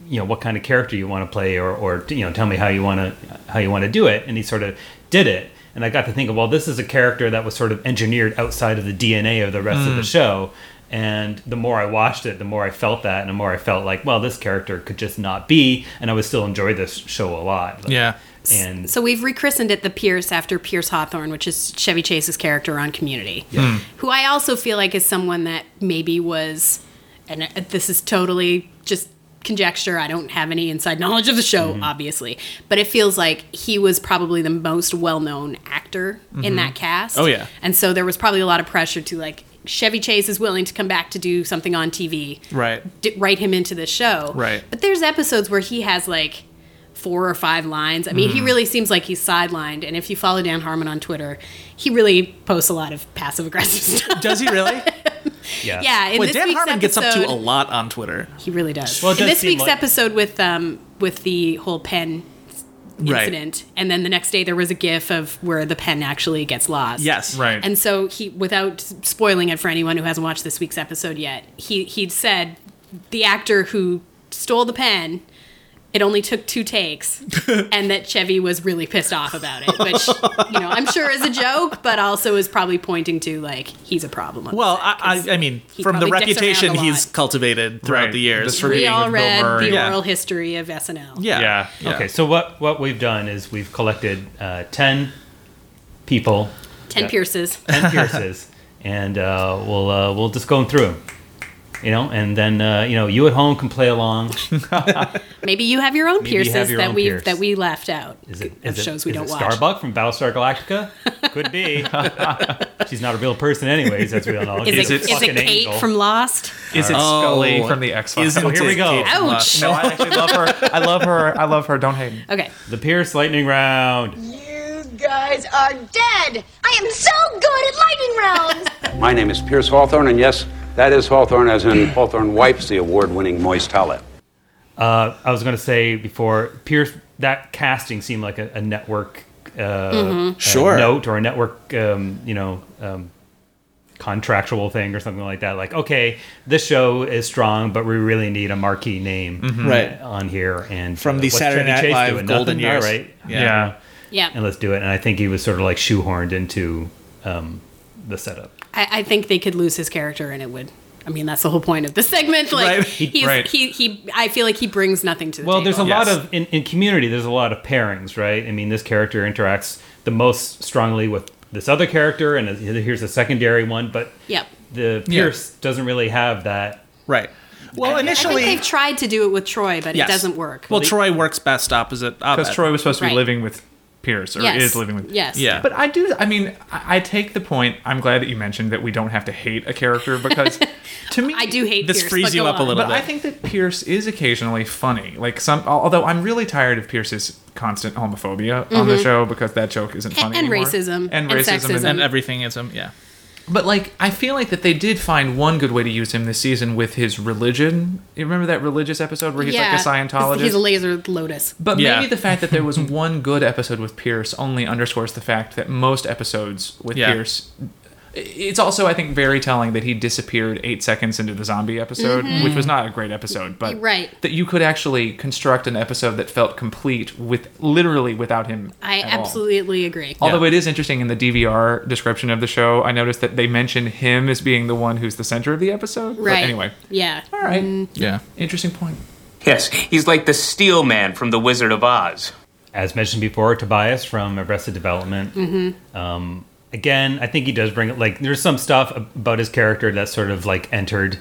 B: you know, what kind of character you want to play or, or you know, tell me how you want to how you want to do it. And he sort of did it. And I got to think of, well, this is a character that was sort of engineered outside of the DNA of the rest of the show. And the more I watched it, the more I felt that, and the more I felt like, well, this character could just not be, and I would still enjoy this show a lot. Like,
E: Yeah.
B: And
D: So we've rechristened it the Pierce after Pierce Hawthorne, which is Chevy Chase's character on Community,
E: Hmm.
D: who I also feel like is someone that maybe was, and uh, this is totally just conjecture. I don't have any inside knowledge of the show,
E: Mm-hmm.
D: obviously, but it feels like he was probably the most well-known actor in that cast.
E: Oh, yeah.
D: and so there was probably a lot of pressure to like Chevy Chase is willing to come back to do something on TV,
E: Right.
D: d- write him into the show.
E: Right.
D: But there's episodes where he has like four or five lines. I mean,
E: Mm-hmm.
D: he really seems like he's sidelined. And if you follow Dan Harmon on Twitter, he really posts a lot of passive aggressive stuff.
E: Does he really?
B: yeah.
D: yeah. In
E: Wait,
D: this
E: Dan
D: week's
E: Harmon gets up to a
D: episode-
E: lot on Twitter.
D: He really does.
B: Well, it
D: in
B: does
D: this
B: seem
D: week's
B: like-
D: episode with um with the whole pen
E: Right.
D: incident, and then the next day there was a GIF of where the pen actually gets lost.
E: Yes.
C: right.
D: And so he, without spoiling it for anyone who hasn't watched this week's episode yet, he he'd said the actor who stole the pen. It only took two takes, and that Chevy was really pissed off about it, which you know I'm sure is a joke, but also is probably pointing to like he's a problem. on
E: Well,
D: set, 'cause
E: I, I, I mean,
D: he
E: from the
D: probably dicks around
E: reputation
D: a lot.
E: he's cultivated throughout
C: Right.
E: the years.
C: This re-
D: we
C: being
D: all
C: with Bill
D: read
C: Murray.
D: the
E: Yeah.
D: oral history of SNL.
E: yeah.
C: yeah.
B: Okay, so what, what we've done is we've collected uh, 10 people,
D: Ten
B: Yeah.
D: Pierces.
B: 10 Pierces, and uh, we'll, uh, we'll just go through them. You know, and then uh, you know, you at home can play along.
D: Maybe you have your own
B: Maybe you have
D: Pierces
B: your
D: that
B: own
D: we
B: Pierce.
D: that we left out
B: Is it
D: of
B: is it-
D: shows we
B: is
D: don't
B: it
D: watch.
B: Starbuck from Battlestar Galactica? Could be. She's not a real person, anyways, as we all know.
D: Is
B: She's
D: it,
B: a
D: is it
B: fucking
D: Kate
B: angel.
D: from Lost?
C: Is it
E: Oh.
C: Scully from the Oh, X Files?
E: Isn't
B: here we
E: it
B: go.
E: Kate from Lost?
D: Ouch.
C: No, I actually love her. I love her. I love her. Don't hate me.
D: Okay.
B: the Pierce Lightning Round?
G: You guys are dead! I am so good at lightning rounds!
H: My name is Pierce Hawthorne, and yes, that is Hawthorne, as in Hawthorne wipes the award winning moist towelette.
B: Uh, I was going to say before Pierce that casting seemed like a, a network uh, uh,
E: Sure.
B: note or a network um, you know um, contractual thing or something like that. Like okay, this show is strong, but we really need a marquee name
E: Right.
B: on here. And
E: Mm-hmm. From
B: uh,
E: the
B: what's
E: Saturday
B: Chevy
E: Night
B: Chase
E: Live
B: doing?
E: golden
B: Nothing? All
E: years.
B: right.
E: Yeah.
D: Yeah.
B: and let's do it. And I think he was sort of like shoehorned into um, the setup.
D: I, I think they could lose his character and it would. I mean, that's the whole point of this segment. Like,
E: Right.
D: he's,
C: Right.
D: he, he, I feel like he brings nothing to the
B: Well,
D: table.
B: there's a
C: Yes.
B: lot of in, in community. There's a lot of pairings, right? I mean, this character interacts the most strongly with this other character, and here's a secondary one. But
D: Yep.
B: the Pierce doesn't really have that.
E: Right. Well,
D: I think
E: initially,
D: they've tried to do it with Troy, but
E: Yes.
D: it doesn't work.
E: well, Troy works best opposite.
C: Because Troy was supposed to be
D: Right.
C: living with Pierce, or
D: yes.
C: is living with.
D: Yes.
E: Yeah.
C: But I do. I mean, I, I take the point. I'm glad that you mentioned that we don't have to hate a character because, to me,
D: I do hate
E: This
D: Pierce,
E: frees
D: but
E: you
D: go
E: up a
D: on.
E: little
C: But I think that Pierce is occasionally funny. Like some, although I'm really tired of Pierce's constant homophobia on the show because that joke isn't
D: Mm-hmm.
C: funny
D: and
C: anymore.
D: racism,
C: and
D: and
C: racism
D: sexism.
E: and everything is him. um, Yeah.
C: But like, I feel like that they did find one good way to use him this season with his religion. You remember that religious episode where he's like a Scientologist?
D: He's a laser lotus.
C: but
E: Yeah.
C: maybe the fact that there was one good episode with Pierce only underscores the fact that most episodes with
E: Yeah.
C: Pierce. It's also, I think, very telling that he disappeared eight seconds into the zombie episode, which was not a great episode. But
D: Right.
C: that you could actually construct an episode that felt complete with literally without him.
D: I
C: at all.
D: absolutely agree.
C: Although it is interesting in the DVR description of the show, I noticed that they mention him as being the one who's the center of the episode. But
D: right.
C: anyway,
D: Yeah.
C: all right.
E: Yeah.
C: Interesting point.
I: Yes, he's like the steel man from The Wizard of Oz.
D: Mm-hmm.
B: As mentioned before, Tobias from Arrested Development. Um, again, I think he does bring like there's some stuff about his character that sort of like entered,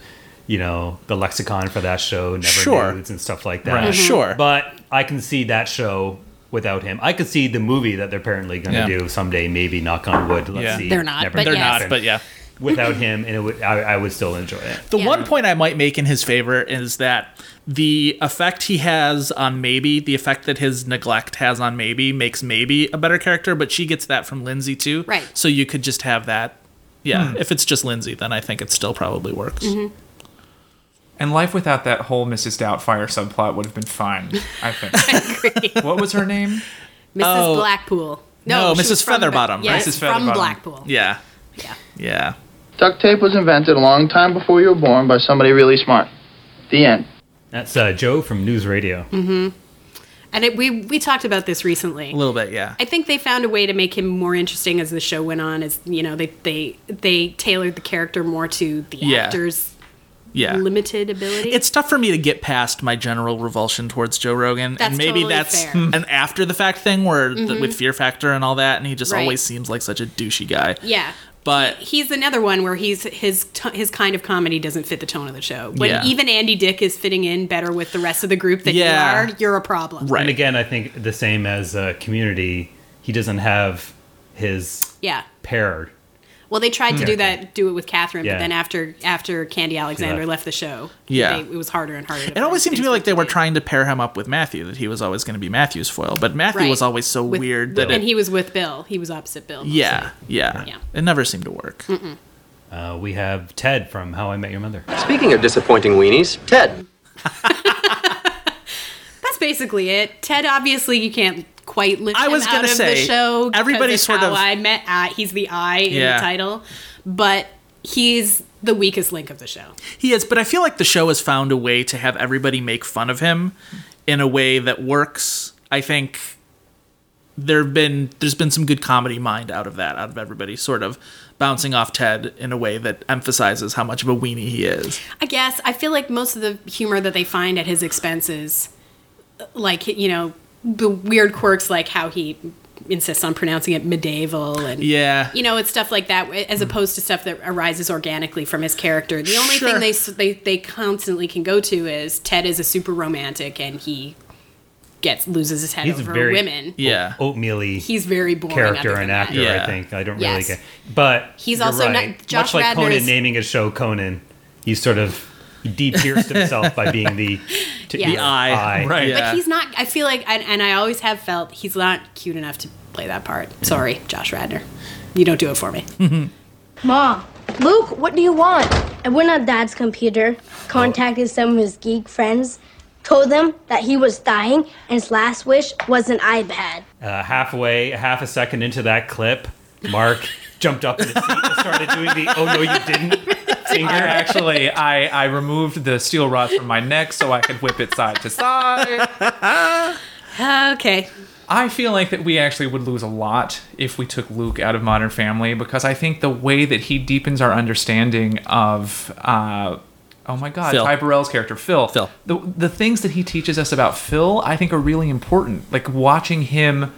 B: you know, the lexicon for that show, never
E: Sure.
B: nudes and stuff like that. Mm-hmm.
E: Right. Mhm. Sure.
B: But I can see that show without him. I could see the movie that they're apparently going to
E: Yeah.
B: do someday, maybe. Knock on wood. Let's
E: Yeah.
B: see.
D: They're not, but
E: They're
D: yes.
E: not, but yeah.
B: without him, and it would I, I would still enjoy it.
E: The
D: Yeah.
E: one point I might make in his favor is that the effect he has on Maybe, the effect that his neglect has on Maybe, makes Maybe a better character, but she gets that from Lindsay too.
D: Right.
E: So you could just have that. Yeah. If it's just Lindsay, then I think it still probably works.
D: Mm-hmm.
C: And life without that whole Mrs. Doubtfire subplot would have been fine, I think. what was her name?
D: Mrs.
E: Oh.
D: Blackpool.
E: No,
D: she
E: Mrs.
D: was from Be-
E: Featherbottom,
D: Yeah,
E: right?
D: it's
C: Mrs.
D: from
C: Featherbottom.
D: Blackpool.
E: Yeah.
D: Yeah.
E: Yeah.
J: Duct tape was invented a long time before you were born by somebody really smart. The end.
B: That's uh, Joe from News Radio.
D: Mm-hmm. And it, we we talked about this recently.
E: A little bit, yeah.
D: I think they found a way to make him more interesting as the show went on. As you know, they they they tailored the character more to the
E: Yeah.
D: actor's
E: yeah.
D: limited ability.
E: it's tough for me to get past my general revulsion towards Joe Rogan,
D: That's
E: and maybe
D: totally
E: that's
D: fair. Mm-hmm.
E: an after the fact thing, where th- with Fear Factor and all that, and he just
D: Right.
E: always seems like such a douchey guy.
D: yeah.
E: But
D: He's another one where he's his t- his kind of comedy doesn't fit the tone of the show. When
E: Yeah.
D: even Andy Dick is fitting in better with the rest of the group than
E: Yeah.
D: you are, you're a problem.
E: right,
B: And again, I think the same as uh, Community, he doesn't have his
D: Yeah.
B: pair.
D: Well, they tried to do that, do it with Catherine,
B: Yeah.
D: but then after after Candy Alexander
B: left.
D: left. the show,
E: Yeah.
D: they, it was harder and harder.
E: It always seemed to me like they were trying to pair him up with Matthew, that he was always going to be Matthew's foil, but Matthew was always so weird that
D: and
E: it,
D: he was with Bill. He was opposite Bill. mostly.
E: yeah, yeah,
D: Yeah.
E: it never seemed to work.
B: Uh, we have Ted from How I Met Your Mother.
J: Speaking of disappointing weenies, Ted.
D: That's basically it. Ted, obviously, you can't quite lift
E: I
D: him
E: was
D: out
E: gonna
D: of
E: say,
D: the show. because
E: everybody
D: of
E: sort
D: how
E: of-
D: I met. I, he's the I in
E: Yeah.
D: the title, but he's the weakest link of the show.
E: He is, but I feel like the show has found a way to have everybody make fun of him in a way that works. I think there've been there's been some good comedy mind out of that, out of everybody, sort of bouncing off Ted in a way that emphasizes how much of a weenie he is.
D: I guess I feel like most of the humor that they find at his expenses, like you know, the weird quirks, like how he insists on pronouncing it medieval and
E: Yeah.
D: you know, it's stuff like that, as opposed to stuff that arises organically from his character. The only
E: Sure.
D: thing they, s- they they constantly can go to is Ted is a super romantic and he gets loses his head
B: He's
D: over
B: very-
D: women.
E: yeah.
B: Oatmealy
D: He's very boring.
B: character
D: other
B: and
D: than
B: actor,
D: that.
E: Yeah.
B: I think. I don't
D: Yes.
B: really get But
D: He's
B: you're
D: also not-
B: right.
D: Josh
B: Much like
D: Radnor
B: Conan
D: is-
B: naming his show Conan, he sort of de pierced himself by being the, t-
D: Yes. The
E: eye.
C: Right.
E: Yeah.
D: But he's not. I feel like, and, and I always have felt he's not cute enough to play that part. Sorry, Josh Radner, you don't do it for me.
G: Mom, Luke, what do you want? I went on Dad's computer, contacted some of his geek friends, told them that he was dying, and his last wish was an iPad.
B: Uh, halfway, half a second into that clip, Mark jumped up in his seat and started doing the oh no you didn't
C: I
B: finger
C: actually, I, I removed the steel rod from my neck so I could whip it side to side.
D: okay,
C: I feel like that we actually would lose a lot if we took Luke out of Modern Family because I think the way that he deepens our understanding of, uh, oh my God,
E: Phil.
C: Ty Burrell's character Phil,
E: Phil.
C: the the things that he teaches us about Phil, I think are really important. Like watching him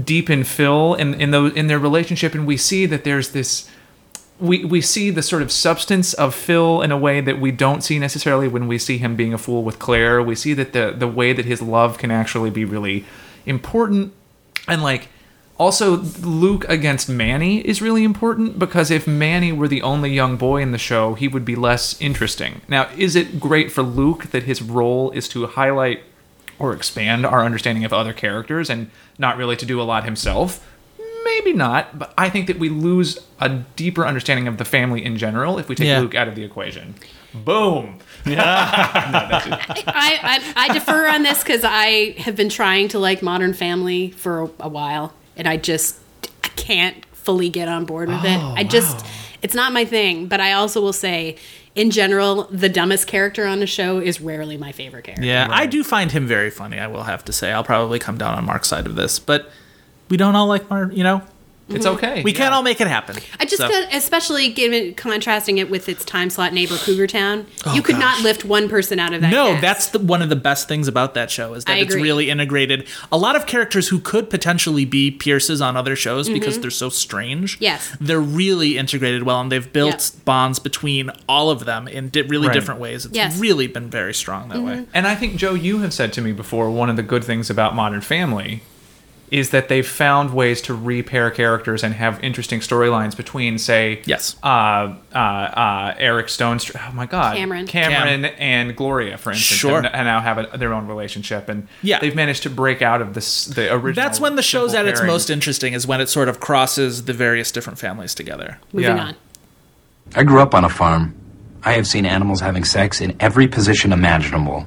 C: deepen Phil in in those in their relationship, and we see that there's this. We, we see the sort of substance of Phil in a way that we don't see necessarily when we see him being a fool with Claire. We see that the the way that his love can actually be really important and like also Luke against Manny is really important because if Manny were the only young boy in the show, he would be less interesting. Now, is it great for Luke that his role is to highlight or expand our understanding of other characters and not really to do a lot himself? Maybe not, but I think that we lose a deeper understanding of the family in general if we take
E: Yeah.
C: Luke out of the equation. Boom.
D: I, I, I defer on this because I have been trying to like Modern Family for a, a while, and I just I can't fully get on board with it. I just it's not my thing. But I also will say, in general, the dumbest character on the show is rarely my favorite character.
E: Yeah, I do find him very funny. I will have to say, I'll probably come down on Mark's side of this, but we don't all like Mark. You know,
C: It's okay.
E: Mm-hmm. We
C: yeah.
E: can't all make it happen.
D: I just
E: So-
D: got, especially given contrasting it with its time slot neighbor Cougar Town. you could
E: gosh.
D: not lift one person out of that.
E: No,
D: cast.
E: that's the, one of the best things about that show is that
D: I
E: it's
D: agree.
E: really integrated. A lot of characters who could potentially be Pierces on other shows because they're so strange.
D: Mm-hmm. Yes.
E: they're really integrated well, and they've built
D: Yep.
E: bonds between all of them in di- really
C: Right.
E: different ways. It's
D: Yes. Mm-hmm.
E: really been very strong that way.
C: And I think, Joe, you have said to me before one of the good things about Modern Family is that they've found ways to repair characters and have interesting storylines between, say,
E: Yes.
C: uh, uh, uh, Eric Stone, oh my God,
D: Cameron.
C: Cameron and Gloria, for instance,
E: Sure.
C: and, and now have a, their own relationship, and
E: Yeah.
C: they've managed to break out of this the original.
E: That's when the show's at
C: simple
E: its
C: pairing.
E: most interesting is when it sort of crosses the various different families together.
D: moving
C: yeah.
D: on.
K: I grew up on a farm. I have seen animals having sex in every position imaginable.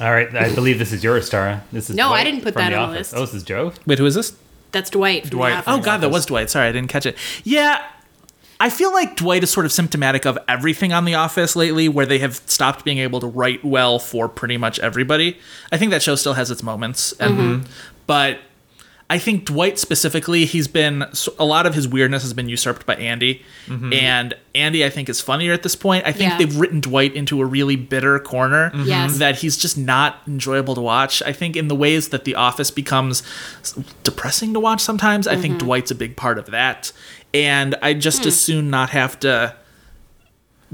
B: All right, I believe this is yours, Tara. This is
D: No, I
B: Dwight
D: didn't put
B: from
D: that on the
B: Office.
D: list.
B: Oh, this is Joe.
E: Wait, who is this?
D: That's Dwight. from The
C: Dwight
D: Office.
C: from
E: Oh God, that was Dwight. Sorry, I didn't catch it. Yeah, I feel like Dwight is sort of symptomatic of everything on The Office lately, where they have stopped being able to write well for pretty much everybody. I think that show still has its moments, and
D: Mm-hmm.
E: but I think Dwight specifically, he's been so- a lot of his weirdness has been usurped by Andy, and Andy I think is funnier at this point. I think
D: Mm-hmm. Yeah.
E: they've written Dwight into a really bitter corner
D: Yes. Mm-hmm.
E: that he's just not enjoyable to watch. I think in the ways that The Office becomes s- depressing to watch sometimes, I
D: Mm-hmm.
E: think Dwight's a big part of that, and I just
D: Hmm.
E: as soon not have to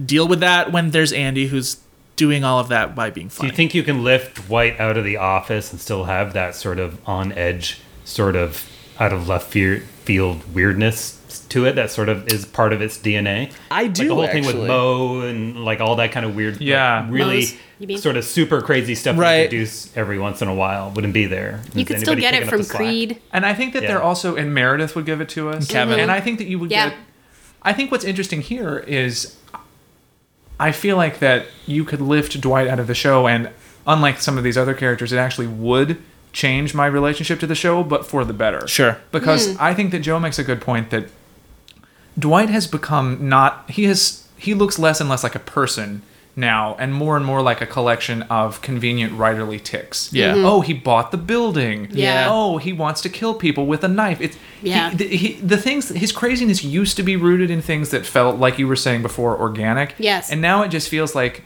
E: deal with that when there's Andy who's doing all of that by being
B: Do
E: funny.
B: you think you can lift Dwight out of the office and still have that sort of on edge, sort of out of left fear, field weirdness to it? That sort of is part of its DNA.
E: I do
B: Like the whole thing
E: actually.
B: with Mo and like all that kind of weird, like,
C: Yeah.
B: really
D: Moe's, you mean?
B: sort of super crazy stuff
E: Right.
B: they introduce every once in a while wouldn't be there.
D: You
B: Is
D: could still
B: anybody
D: get it
B: picking up
D: from
B: the slack?
D: Creed.
C: And I think that
B: Yeah.
C: they're also, and Meredith would give it to us.
E: Kevin.
C: And I think that you would
D: Yeah.
C: get. I think what's interesting here is I feel like that you could lift Dwight out of the show, and unlike some of these other characters, it actually would change my relationship to the show, but for the better.
E: Sure.
C: Because
D: Hmm.
C: I think that Joe makes a good point that Dwight has become not he has he looks less and less like a person now and more and more like a collection of convenient writerly ticks.
E: Yeah. Mhm.
C: Oh, he bought the building.
D: Mm-hmm. Yeah.
C: Oh, he wants to kill people with a knife. It's
D: Yeah.
C: He, the, he, the things his craziness used to be rooted in things that felt like you were saying before organic.
D: Yes.
C: And now it just feels like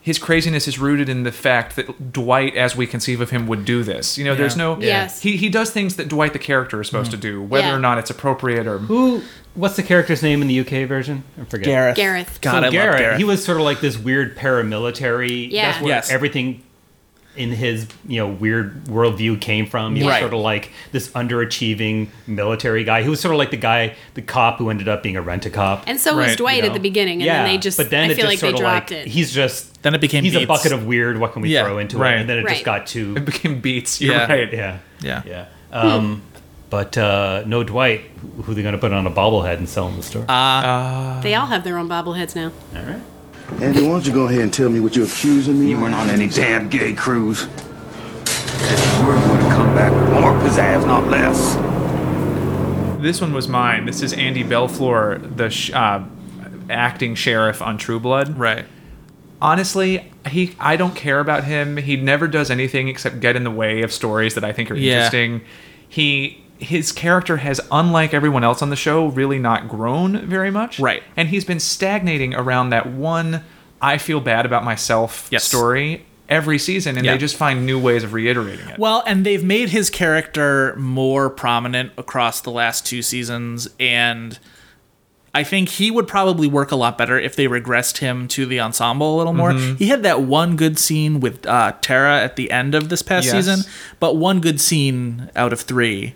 C: his craziness is rooted in the fact that Dwight, as we conceive of him, would do this. You know, there's no.
D: Yes.
C: He, he does things that Dwight the character is supposed to do, whether
D: Yeah.
C: or not it's appropriate or.
B: Who? What's the character's name in the UK version? I forget.
E: Gareth.
D: Gareth.
E: God, I
B: Garrett,
E: love Gareth.
B: he was sort of like this weird paramilitary.
D: Yeah.
B: That's where
E: Yes.
B: everything in his you know weird worldview came from. He was
E: Right.
B: sort of like this underachieving military guy. He was sort of like the guy, the cop who ended up being a rent a cop.
D: And so was
C: Right,
D: Dwight
C: you
D: at
C: know.
D: the beginning, and then they just.
B: but then
D: I
B: it
D: feel
B: just
D: like they
B: sort of
D: dropped
B: like
D: it.
B: he's just
E: Then it became
B: he's a
E: Beats.
B: bucket of weird. What can we
E: Yeah.
B: throw into
C: Right.
B: it? And then it
D: Right.
B: just got too
C: It became beats. You're
E: Yeah.
C: right.
B: yeah
E: Yeah.
B: yeah. Um, But uh, no Dwight. Who- Who they going to put on a bobblehead and sell in the store?
E: Uh,
D: they all have their own bobbleheads now.
B: All right.
L: Andy, why don't you go ahead and tell me what you're accusing me
K: You weren't on any damn gay cruise. This word would have come back with more pizzazz, not less.
C: This one was mine. This is Andy Belflor, the sh- uh, acting sheriff on True Blood.
E: Right.
C: Honestly, he I don't care about him. He never does anything except get in the way of stories that I think are
E: Yeah.
C: interesting. He his character has, unlike everyone else on the show, really not grown very much.
E: Right.
C: And he's been stagnating around that one I feel bad about myself
E: Yes.
C: story every season and
E: Yeah.
C: they just find new ways of reiterating it.
E: Well, and they've made his character more prominent across the last two seasons, and I think he would probably work a lot better if they regressed him to the ensemble a little more. He had that one good scene with uh, Tara at the end of this past
C: Yes.
E: season, but one good scene out of three.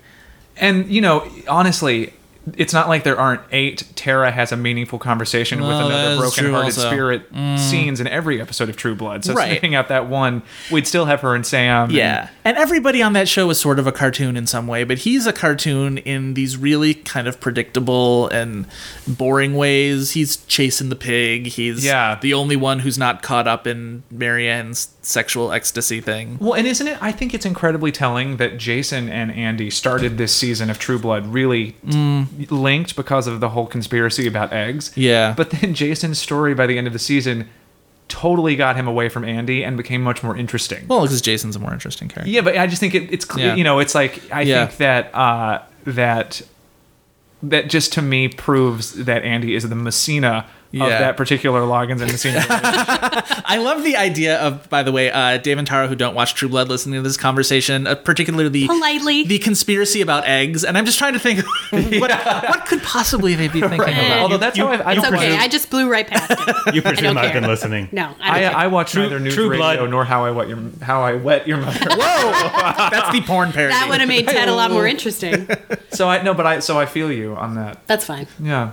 C: And you know, honestly, it's not like there aren't eight Tara has a meaningful conversation with
E: No, that
C: another
E: is true
C: broken-hearted
E: also. Mm.
C: spirit scenes in every episode of True Blood. So
E: Right.
C: snipping out that one, we'd still have her and Sam. and-
E: Yeah. And everybody on that show is sort of a cartoon in some way, but he's a cartoon in these really kind of predictable and boring ways. He's chasing the pig. He's
C: Yeah.
E: the only one who's not caught up in Marianne's sexual ecstasy thing.
C: well, and isn't it? I think it's incredibly telling that Jason and Andy started this season of True Blood really linked because of the whole conspiracy about eggs.
E: Mm. Yeah.
C: But then Jason's story by the end of the season totally got him away from Andy and became much more interesting.
E: Well, because Jason's a more interesting character.
C: Yeah, but I just think it, it's clear.
E: Yeah.
C: You know, it's like I
E: Yeah.
C: think that uh, that that just to me proves that Andy is the Messina of
E: Yeah.
C: that particular Loggins and Messina.
E: I love the idea of, by the way, uh, Dave and Tara, who don't watch True Blood, listening to this conversation, uh, particularly the
D: Politely.
E: the conspiracy about eggs. And I'm just trying to think what, what could possibly they be thinking
C: Right.
E: about.
C: Although that's how I've- I
D: it's
C: don't
D: okay.
C: presume-
D: I just blew right past it.
B: You presume
D: don't
B: I've
D: care.
B: been listening.
D: No, I
C: I,
D: don't care.
C: I watch neither news
B: True
C: radio
B: Blood.
C: nor how I wet your how I wet your mother. Whoa,
E: that's the porn parody.
D: that would have made Ted a lot more interesting.
C: So I no, but I so I feel you on that.
D: That's fine.
C: Yeah,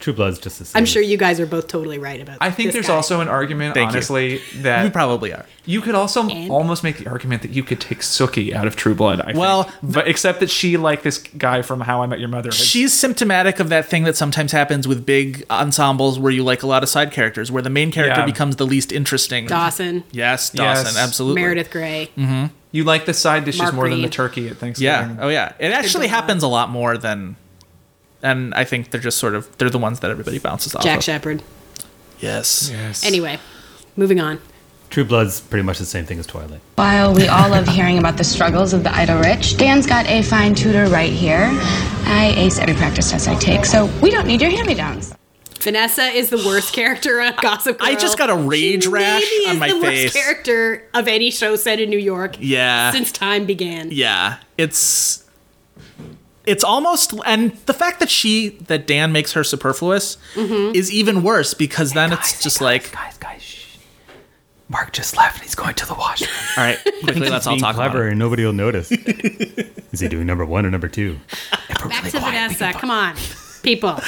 B: True Blood's just the same.
D: I'm sure you guys are both totally right about.
C: I think
D: this
C: there's
D: guy.
C: also an argument,
E: Thank you.
C: honestly, that
E: You probably are.
C: You could also almost make the argument that you could take Sookie out of True Blood. I
E: Well,
C: think. but except that she like this guy from How I Met Your Mother.
E: She's symptomatic of that thing that sometimes happens with big ensembles where you like a lot of side characters, where the main character
C: Yeah.
E: becomes the least interesting.
D: Dawson,
E: Yes, Dawson,
C: Yes.
E: absolutely.
D: Meredith Grey.
E: hmm
C: You like the side dishes
D: Mark
C: more than the
D: Reed.
C: turkey at Thanksgiving.
E: Yeah. Oh, yeah. It actually happens a lot more than, and I think they're just sort of they're the ones that everybody bounces off.
D: Jack
E: of.
D: Shepard.
E: Yes. Oh, Yes.
D: Anyway, moving on.
B: True Blood's pretty much the same thing as Twilight.
M: While we all love hearing about the struggles of the idle rich, Dan's got a fine tutor right here. I ace every practice test I take, so we don't need your hand-me-downs.
D: Vanessa is the worst character on Gossip Girl.
E: I just got a rage rash
D: Maybe
E: on
D: is
E: my
D: the
E: face.
D: worst character of any show set in New York
E: Yeah.
D: since time began.
E: yeah. It's it's almost and the fact that she that Dan makes her superfluous
D: Mhm.
E: is even worse because then it's just like guys, guys, Mark just left and he's going to the washroom. All right, quickly, let's all
B: being
E: talk
B: clever
E: about it.
B: and nobody will notice. Is he doing number one or number two?
D: Back to Vanessa. Come on, people.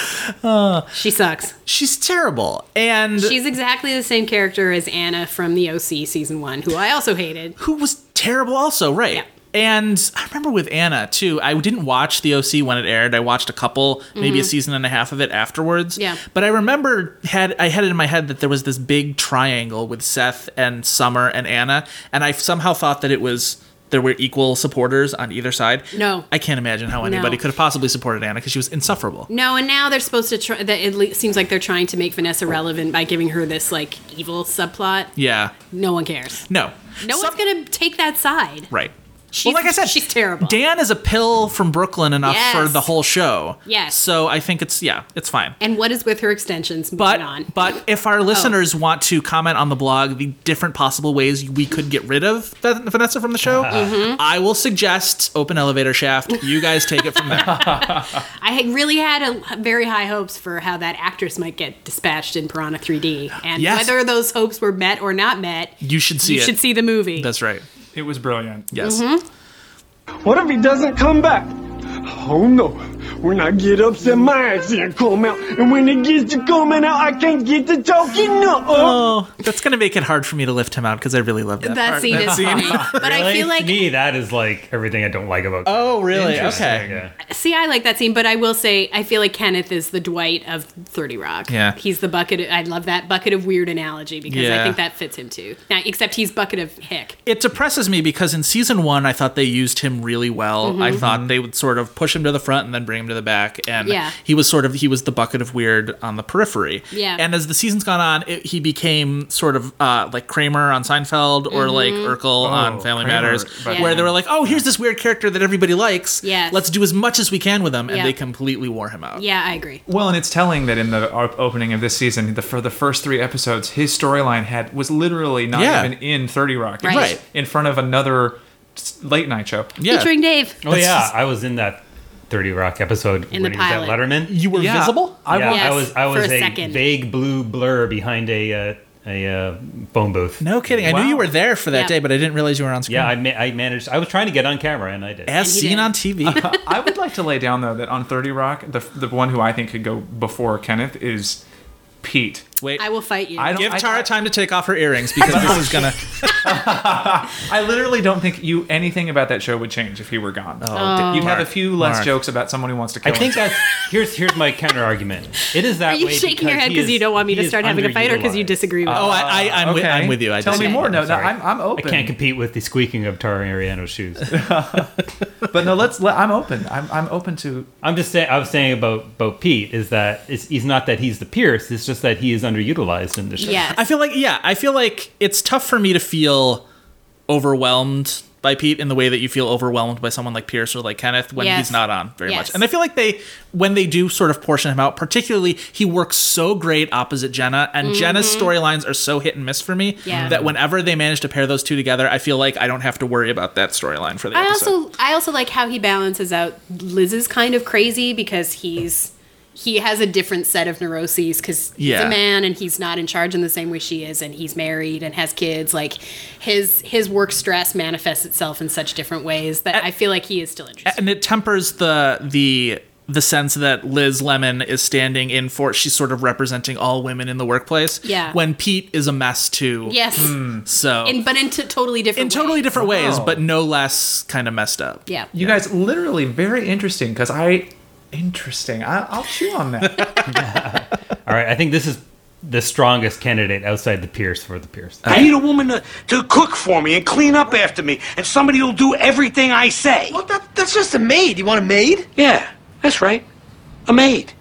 E: Uh,
D: she sucks.
E: She's terrible, and
D: She's exactly the same character as Anna from the OC season one, who I also hated.
E: who was terrible also right and i remember with anna too i didn't watch the oc when it aired i watched a couple maybe a
D: Mhm.
E: season and a half of it afterwards
D: Yeah.
E: but i remember had i had it in my head that there was this big triangle with seth and summer and anna and i somehow thought that it was there were equal supporters on either side
D: No.
E: i can't imagine how
D: No.
E: anybody could have possibly supported anna because she was insufferable
D: No, and now they're supposed to try. That it le- seems like they're trying to make Vanessa relevant by giving her this like evil subplot.
E: yeah
D: No one cares.
E: no
D: No one's gonna take that side.
E: right
D: She's, well, like I said, she's terrible.
E: dan is a pill from brooklyn enough for
D: Yes.
E: the whole show
D: Yes.
E: so i think it's yeah it's fine
D: And Oh. what is with her extensions? Moving on.
E: But if our listeners want to comment on the blog the different possible ways we could get rid of Ve- Vanessa from the show,
D: Mhm.
E: I will suggest open elevator shaft. You guys take it from there.
D: I had really had a, very high hopes for how that actress might get dispatched in Piranha 3D, and
E: Yes.
D: whether those hopes were met or not met,
E: you should see
D: you
E: it.
D: should see the movie.
E: That's right.
C: It was brilliant.
E: Yes.
D: Mhm.
N: What if he doesn't come back? Oh no. When I get upset, my accent come out. And when it gets to coming out, I can't get to talking. No.
E: Oh, that's gonna make it hard for me to lift him out because I really love that.
D: That
E: part.
D: scene is funny. But I feel
B: to
D: like,
B: me that is like everything I don't like about.
E: Oh, really?
B: Interesting.
E: Okay.
B: Yeah.
D: see, I like that scene, but I will say, I feel like Kenneth is the Dwight of 30 Rock.
E: Yeah.
D: He's the bucket, I love that bucket of weird analogy because I
E: Yeah.
D: think that fits him too. Now, except he's bucket of hick.
E: It depresses me because in season one, I thought they used him really well.
D: Mhm.
E: I thought they would sort of push him to the front and then bring him to the back, and
D: Yeah.
E: he was sort of he was the bucket of weird on the periphery.
D: Yeah.
E: And as the season's gone on, it, he became sort of uh, like Kramer on Seinfeld or like
D: Mhm.
E: Urkel on
C: Oh,
E: Family
C: Kramer,
E: Matters,
C: but-
E: where they
C: Yeah.
E: were like, "Oh, here's this weird character that everybody likes.
D: Yes.
E: Let's do as much as we can with him," and
D: Yeah.
E: they completely wore him out.
D: Yeah, I agree.
C: Well, and it's telling that in the op- opening of this season, the, for the first three episodes, his storyline had was literally not
E: Yeah.
C: even in Thirty Rock. It was
E: Right.
C: in front of another s- late night show.
D: Featuring Dave.
B: Oh yeah, I was in that Thirty Rock episode
D: In
B: when
D: the
B: he was at
D: pilot.
B: Letterman.
E: You were
B: yeah.
E: visible?
B: I, yeah,
D: Yes,
B: I was. I
D: for
B: was
D: a
B: a,
D: second.
B: vague blue blur behind a uh, a uh, phone booth.
E: No kidding. I
B: Wow.
E: knew you were there for that
B: Yeah.
E: day, but I didn't realize you were on screen.
B: Yeah, I, ma- I managed. I was trying to get on camera, and I did.
E: As And he seen did. on TV.
C: I would like to lay down though that on Thirty Rock, the the one who I think could go before Kenneth is Pete.
E: Wait.
D: I will fight you.
E: Give Tara time to take off her earrings because this is gonna.
C: I literally don't think you anything about that show would change if he were gone.
B: Oh, Dick
C: You'd have a
B: Mark.
C: few less
B: Mark.
C: jokes about somemeone who wants to
B: I
C: kill.
B: think
C: himself.
B: that's here's here's my counter argument. It is that
D: Are you
B: way
D: shaking your
B: because
D: head
B: he
D: because you
B: is-
D: don't want me
B: he
D: to
B: is
D: start having a fight or because you
B: underutilized. Uh,
D: disagree with
E: Oh,
D: me?
E: I, I, I'm, with,
C: okay.
E: I'm with you. I
C: Tell
E: just-
C: me more. No, no,
B: sorry.
C: I'm- I'm
B: I
C: open.
B: can't compete with the squeaking of Tara Ariano's shoes.
C: but no, let's. Let, I'm open. I'm, I'm open to.
B: I'm just saying. I was saying about about Pete is that it's, he's not that he's the Pierce. It's just that he is underutilized in the show.
E: I feel like yeah, I feel like it's tough for me to feel overwhelmed by Pete in the way that you feel overwhelmed by someone like Pierce or like Kenneth when
O: Yes.
E: he's not on very
O: Yes.
E: much. And I feel like they, when they do sort of portion him out, particularly he works so great opposite Jenna, and Jenna's
O: Mhm.
E: storylines are so hit and miss for me
D: Mm-hmm. Yeah.
E: that whenever they manage to pair those two together, I feel like I don't have to worry about that storyline for the
D: I
E: episode.
D: also I also like how he balances out Liz's kind of crazy because he's he has a different set of neuroses because he's a
E: Yeah.
D: man and he's not in charge in the same way she is and he's married and has kids like his his work stress manifests itself in such different ways that I feel like he is still interested.
E: and it tempers the the the sense that Liz Lemon is standing in for she's sort of representing all women in the workplace.
D: Yeah.
E: When Pete is a mess too.
D: Yes. Mm.
E: So
D: in, but in t- totally different in
E: totally different ways,
C: Wow.
E: but no less kind of messed up.
D: yeah
C: You guys, literally very interesting because I. Interesting. I, I'll chew on that.
B: All right, I think this is the strongest candidate outside the Pierce for the Pierce.
K: I need a woman to, to cook for me and clean up after me, and somebody will do everything I say. Well, that, that's just a maid. You want a maid? Yeah, that's right. A maid.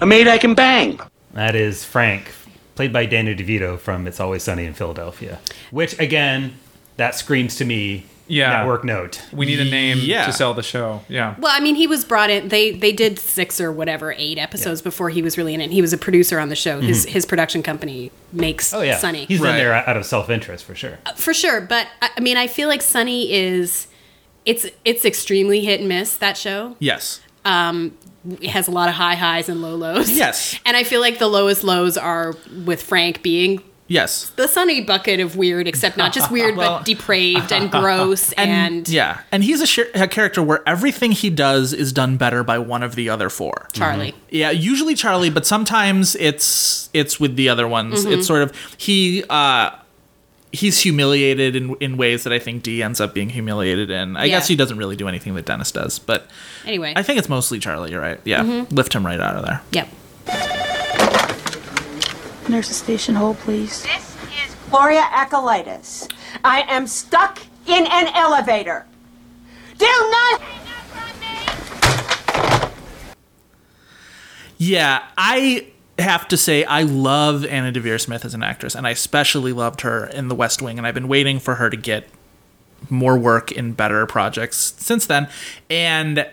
K: A maid I can bang.
B: That is Frank, played by Danny DeVito from It's Always Sunny in Philadelphia. Which, again, that screams to me
C: Yeah.
B: network note.
C: We need a name to sell the show. Yeah.
D: Well, I mean, he was brought in. They they did six or whatever eight episodes before he was really in it. He was a producer on the show. His
B: Mhm.
D: his production company makes
B: Oh, yeah.
D: Sunny.
B: He's in there out of self interest for sure.
D: for sure. But I I mean, I feel like Sunny is it's it's extremely hit and miss that show.
E: Yes.
D: Um, it has a lot of high highs and low lows.
E: Yes.
D: and I feel like the lowest lows are with Frank being
E: Yes.
D: the Sunny bucket of weird, except not just weird, but depraved and gross and.
E: yeah, and he's a, sh- a character where everything he does is done better by one of the other four.
D: Charlie. Mhm.
E: Yeah, usually Charlie, but sometimes it's it's with the other ones.
D: Mhm.
E: It's sort of he uh he's humiliated in in ways that I think D ends up being humiliated in. I
D: Yeah.
E: guess he doesn't really do anything that Dennis does, but
D: Anyway.
E: I think it's mostly Charlie, you're right. Yeah.
D: Mhm.
E: Lift him right out of there.
D: Yep.
P: Nurse's station hold, please.
Q: Gloria Acolytus. I am stuck in an elevator. Do not.
E: Yeah, I have to say I love Anna Devere Smith as an actress, and I especially loved her in The West Wing, and I've been waiting for her to get more work in better projects since then. And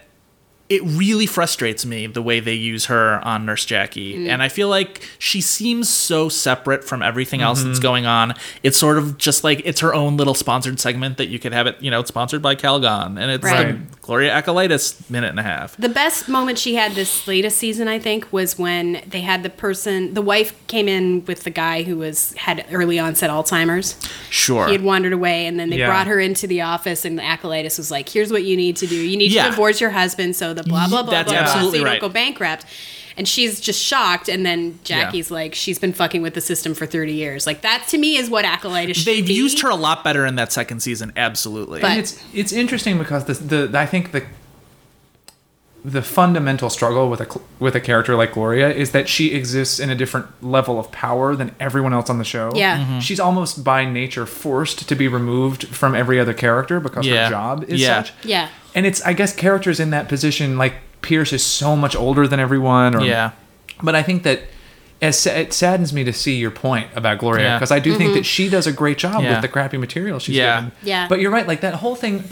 E: it really frustrates me the way they use her on Nurse Jackie.
O: Mm.
E: And I feel like she seems so separate from everything else that's
D: Mm-hmm.
O: Mhm.
E: going on. It's sort of just like it's her own little sponsored segment that you could have it, you know, it's sponsored by Calgon and it's
D: Right.
E: the Gloria Acolytus minute and a half.
D: The best moment she had this latest season, I think, was when they had the person, the wife came in with the guy who was had early onset Alzheimer's.
E: Sure.
D: He had wandered away, and then they
E: Yeah.
D: brought her into the office, and the acolytus was like, "Here's what you need to do. You need
E: Yeah.
D: to divorce your husband, so the blah blah blah
E: That's
D: blah, blah, so
E: absolutely
D: you
E: right.
D: don't go bankrupt." And she's just shocked, and then
E: Yeah.
D: Jackie's like, "She's been fucking with the system for thirty years. Like that to me is what acolytus should
E: They've
D: be."
E: used her a lot better in that second season, absolutely.
C: and it's it's interesting because this, the I think the the fundamental struggle with a cl- with a character like Gloria is that she exists in a different level of power than everyone else on the show.
O: Yeah. Mhm.
C: she's almost by nature forced to be removed from every other character because
O: Yeah.
C: her job is
O: Yeah.
C: such.
D: Yeah.
C: And it's I guess characters in that position like Pierce is so much older than everyone. Or,
E: Yeah.
C: but I think that. As, sa- it saddens me to see your point about Gloria
E: Yeah.
C: because I do think
E: Mhm.
C: that she does a great job
E: Yeah.
C: with the crappy material she's
E: Yeah.
C: given.
E: Yeah.
C: But you're right, like that whole thing.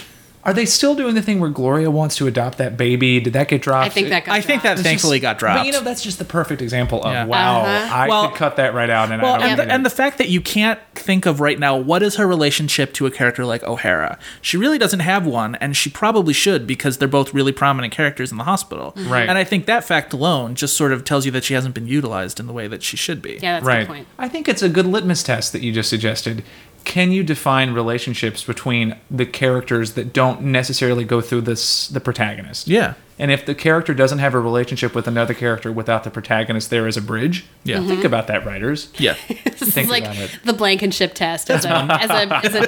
C: Are they still doing the thing where Gloria wants to adopt that baby? Did that get dropped?
E: I think that got I think dropped. that
C: It's
E: thankfully got dropped.
C: But you know, that's just the perfect example of wow.
E: Uh-huh.
C: I
E: Well-
C: could cut that right out, and I
E: well,
C: don't
E: and
C: need
E: the, and the fact that you can't think of right now what is her relationship to a character like O'Hara. She really doesn't have one, and she probably should because they're both really prominent characters in the hospital.
C: Mhm. Right.
E: And I think that fact alone just sort of tells you that she hasn't been utilized in the way that she should be.
C: it. I think it's a good litmus test that you just suggested. Can you define relationships between the characters that don't necessarily go through this the protagonist?
E: Yeah.
C: And if the character doesn't have a relationship with another character without the protagonist, there is a bridge.
E: Yeah. Mhm.
C: Think about that, writers.
E: Yeah.
D: This
C: Think
D: is like
C: about it.
D: the Blankenship test as a, as a, as a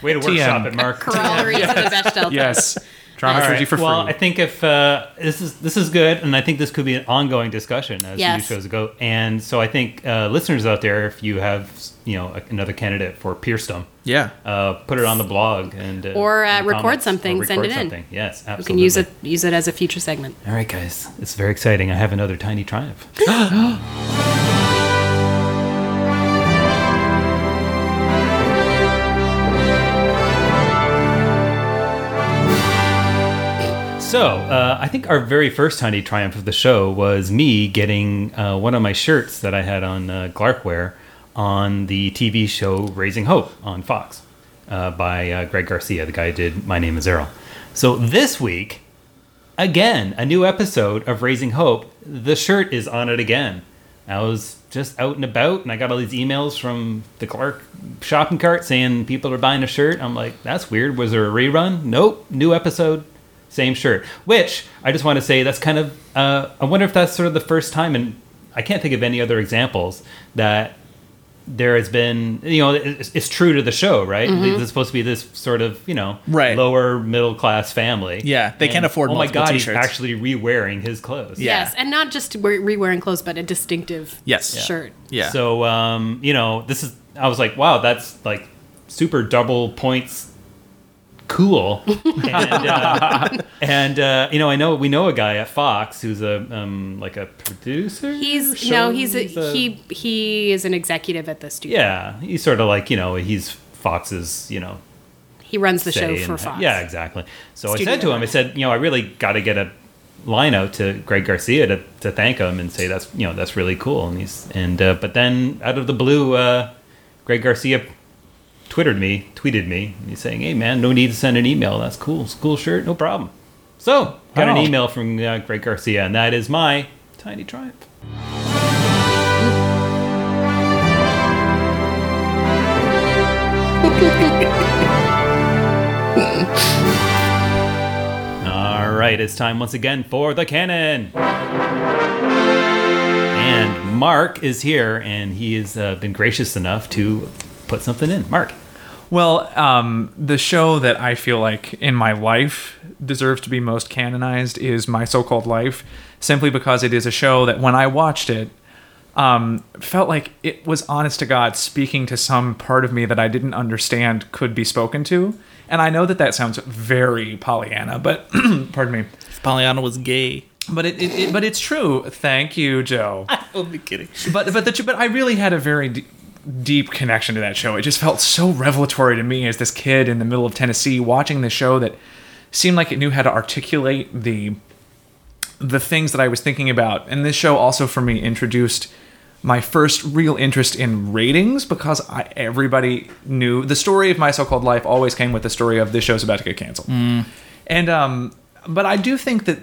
B: Way to workshop
C: TM.
B: it, Mark.
D: corollary to the Bechdel test.
C: Yes. Dramaturgy for free.
B: Well, I think if uh, this is this is good, and I think this could be an ongoing discussion as
D: Yes.
B: new shows go. And so I think uh, listeners out there, if you have you know another candidate for Peerstum,
E: yeah,
B: uh, put it on the blog and uh,
D: or uh,
B: in the
D: record
B: comments,
D: something,
B: or
D: send
B: record
D: it in.
B: something. Yes, absolutely.
D: You can use it use it as a future segment.
B: All right, guys, it's very exciting. I have another tiny triumph. uh, I think our very first tiny triumph of the show was me getting uh, one of my shirts that I had on uh, Glarkware on the TV show Raising Hope on Fox uh, by uh, Greg Garcia, the guy who did My Name is Errol. So this week, again, a new episode of Raising Hope. The shirt is on it again. I was just out and about, and I got all these emails from the Clark shopping cart saying people are buying a shirt. I'm like, that's weird. Was there a rerun? Nope. New episode, same shirt. Which I just want to say that's kind of. Uh, I wonder if that's sort of the first time, and I can't think of any other examples that there has been. You know, it's, it's true to the show, right?
E: Mhm.
B: It's supposed to be this sort of you know lower middle class family.
E: Yeah, they can't afford
B: Oh my
E: multiple
B: god, he's
E: t-shirts.
B: actually re-wearing his clothes.
D: Yes, and not just wear- re-wearing clothes, but a distinctive shirt.
B: Yeah. So um, you know, this is I was like, wow, that's like super double points cool. and uh, and uh, you know, I know we know a guy at Fox who's a um, like a producer.
D: He's
B: Show-
D: no, he's a, he he is an executive at the studio.
B: Yeah, he's sort of like you know he's Fox's you know
D: he runs the show
B: say
D: for
B: and-
D: Fox.
B: Yeah, exactly. So I
D: Studio
B: said to him, I said, you know, I really got to get a line out to Greg Garcia to, to thank him and say that's you know that's really cool. And he's and uh, but then out of the blue, uh, Greg Garcia twittered me, tweeted me, and he's saying, hey man, no need to send an email. That's cool. School shirt, no problem. So got an
O: Wow.
B: email from uh, Greg Garcia, and that is my tiny triumph. All right, it's time once again for the cannon. And Mark is here, and he has uh, been gracious enough to put something in. Mark.
C: Well, um, the show that I feel like in my life deserves to be most canonized is My So Called Life, simply because it is a show that when I watched it, um, felt like it was honest to God speaking to some part of me that I didn't understand could be spoken to. And I know that that sounds very Pollyanna, but pardon me.
E: Pollyanna was gay.
C: But it, it, it but it's true. Thank you, Joe.
E: I'll be kidding.
C: But but the, but I really had a very d- deep connection to that show. It just felt so revelatory to me as this kid in the middle of Tennessee watching the show that seemed like it knew how to articulate the the things that I was thinking about. And this show also for me introduced my first real interest in ratings because I, everybody knew the story of my so-called life always came with the story of this show's about to get canceled. And um, but I do think that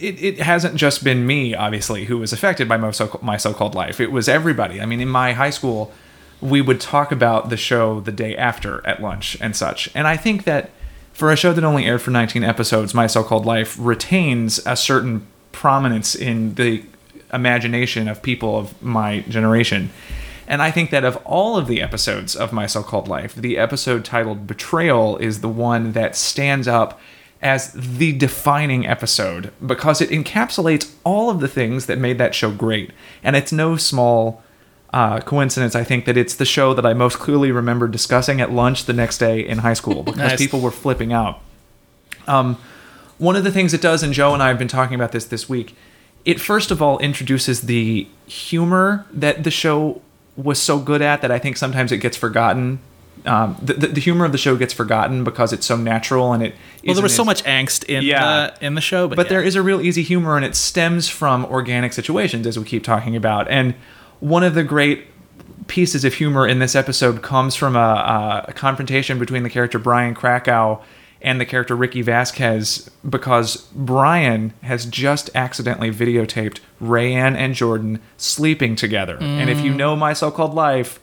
C: it, it hasn't just been me, obviously, who was affected by my so my so called life. It was everybody. I mean, in my high school, we would talk about the show the day after at lunch and such. And I think that for a show that only aired for 19 episodes, my so called life retains a certain prominence in the imagination of people of my generation. And I think that of all of the episodes of My So Called Life, the episode titled Betrayal is the one that stands up as the defining episode because it encapsulates all of the things that made that show great. And it's no small uh, coincidence, I think, that it's the show that I most clearly remember discussing at lunch the next day in high school because
E: Nice.
C: people were flipping out. Um, one of the things it does, and Joe and I have been talking about this this week, it first of all introduces the humor that the show was so good at that I think sometimes it gets forgotten. Um, the, the, the humor of the show gets forgotten because it's so natural and it.
E: Well, there was so
C: isn't as-
E: much angst in
C: Yeah.
E: the in the show, but,
C: but there is a real easy humor and it stems from organic situations as we keep talking about and one of the great pieces of humor in this episode comes from a, a confrontation between the character brian krakow and the character ricky vasquez because brian has just accidentally videotaped rayanne and jordan sleeping together and if you
E: Mm.
C: know my so-called life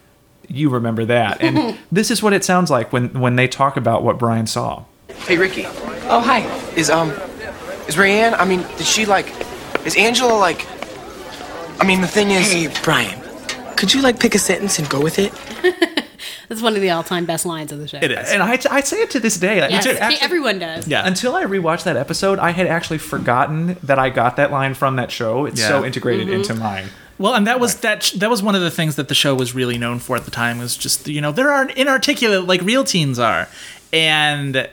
C: you remember that and this is what it sounds like when when they talk about what brian saw
R: Hey, Ricky. Oh, hi. Is, um, is Rayanne, I mean, did she, like, is Angela, like, I mean, the thing is. Hey, Brian, could you, like, pick a sentence and go with it?
D: That's one of the all-time best lines of the show.
C: and I, I say it to this day
D: Yes,
C: It's actually-
D: everyone does.
C: Yeah. Until I rewatched that episode, I had actually forgotten that I got that line from that show. It's so
E: Yeah.
C: integrated
E: Mhm.
C: into mine.
E: Well, and that was that. sh- That was one of the things that the show was really known for at the time was just you know there are inarticulate like real teens are, and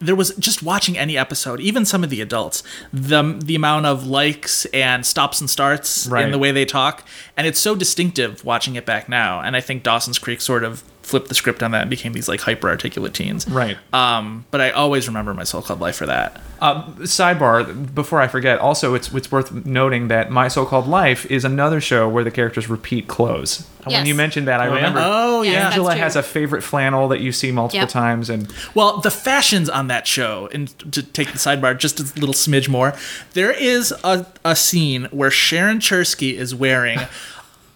E: there was just watching any episode, even some of the adults, the the amount of likes and stops and starts
C: Right.
E: in the way they talk, and it's so distinctive watching it back now. And I think Dawson's Creek sort of flipped the script on that and became these like hyper articulate teens.
C: Right.
E: Um, but I always remember my Soul Club life for that.
C: Um, sidebar: Before I forget, also it's it's worth noting that My So-Called Life is another show where the characters repeat clothes. And When
E: Yes.
C: you mentioned that, I
E: Oh, yeah?
C: remember.
E: Oh, Yes, yeah. that's
C: Angela
E: true.
C: has a favorite flannel that you see multiple
E: Yep.
C: times, and
E: Well, the fashions on that show, and to take the sidebar just a little smidge more, there is a, a scene where Sharon Chersky is wearing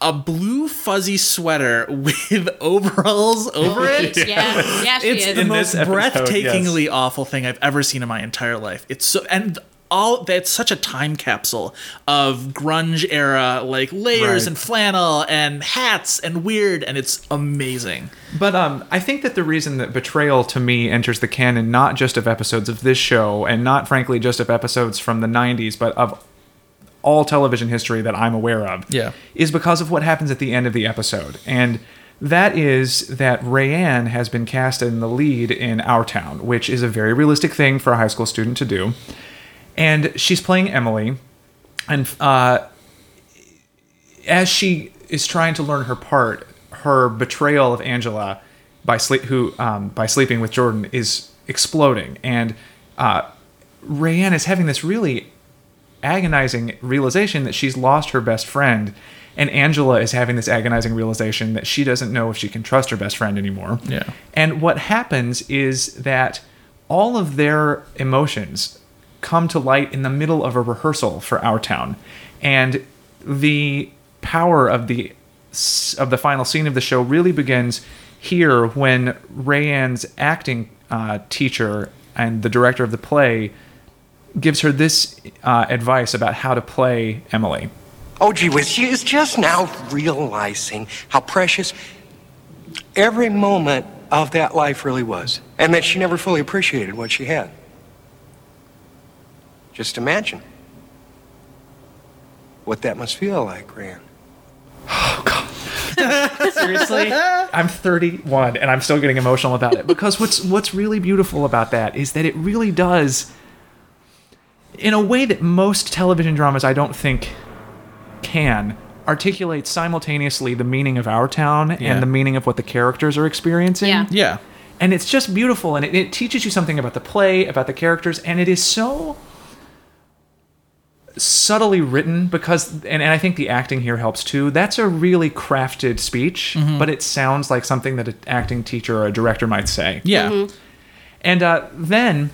E: a blue fuzzy sweater with overalls over it.
D: Yeah, yeah, she
E: it's
D: is.
E: the
D: In
E: most
D: this episode,
E: breathtakingly awful thing I've ever seen in my entire life. It's so and all that's such a time capsule of grunge era like layers
C: Right.
E: and flannel and hats and weird and it's amazing.
C: But um, I think that the reason that Betrayal to me enters the canon not just of episodes of this show and not frankly just of episodes from the 90s, but of all television history that I'm aware of
E: Yeah.
C: is because of what happens at the end of the episode. And that is that Rayanne has been cast in the lead in Our Town, which is a very realistic thing for a high school student to do. And she's playing Emily, and uh, as she is trying to learn her part, her betrayal of Angela by sleep who um, by sleeping with Jordan is exploding, and uh, Rayanne is having this really agonizing realization that she's lost her best friend, and Angela is having this agonizing realization that she doesn't know if she can trust her best friend anymore.
E: Yeah.
C: And what happens is that all of their emotions come to light in the middle of a rehearsal for Our Town, and the power of the s- of the final scene of the show really begins here when Rayanne's acting uh, teacher and the director of the play gives her this uh, advice about how to play Emily.
O: Oh, gee whiz, she is just now realizing how precious every moment of that life really was, and that she never fully appreciated what she had. Just imagine what that must feel like, Rand.
C: Seriously? I'm 31 and I'm still getting emotional about it because what's what's really beautiful about that is that it really does in a way that most television dramas I don't think can articulate simultaneously the meaning of our town
E: Yeah.
C: and the meaning of what the characters are experiencing.
E: Yeah. Yeah.
C: And it's just beautiful and it, it teaches you something about the play, about the characters, and it is so subtly written because and, and i think the acting here helps too that's a really crafted speech
E: Mhm.
C: but it sounds like something that an acting teacher or a director might say
E: Yeah.
D: Mm-hmm.
E: Mhm.
C: and uh, then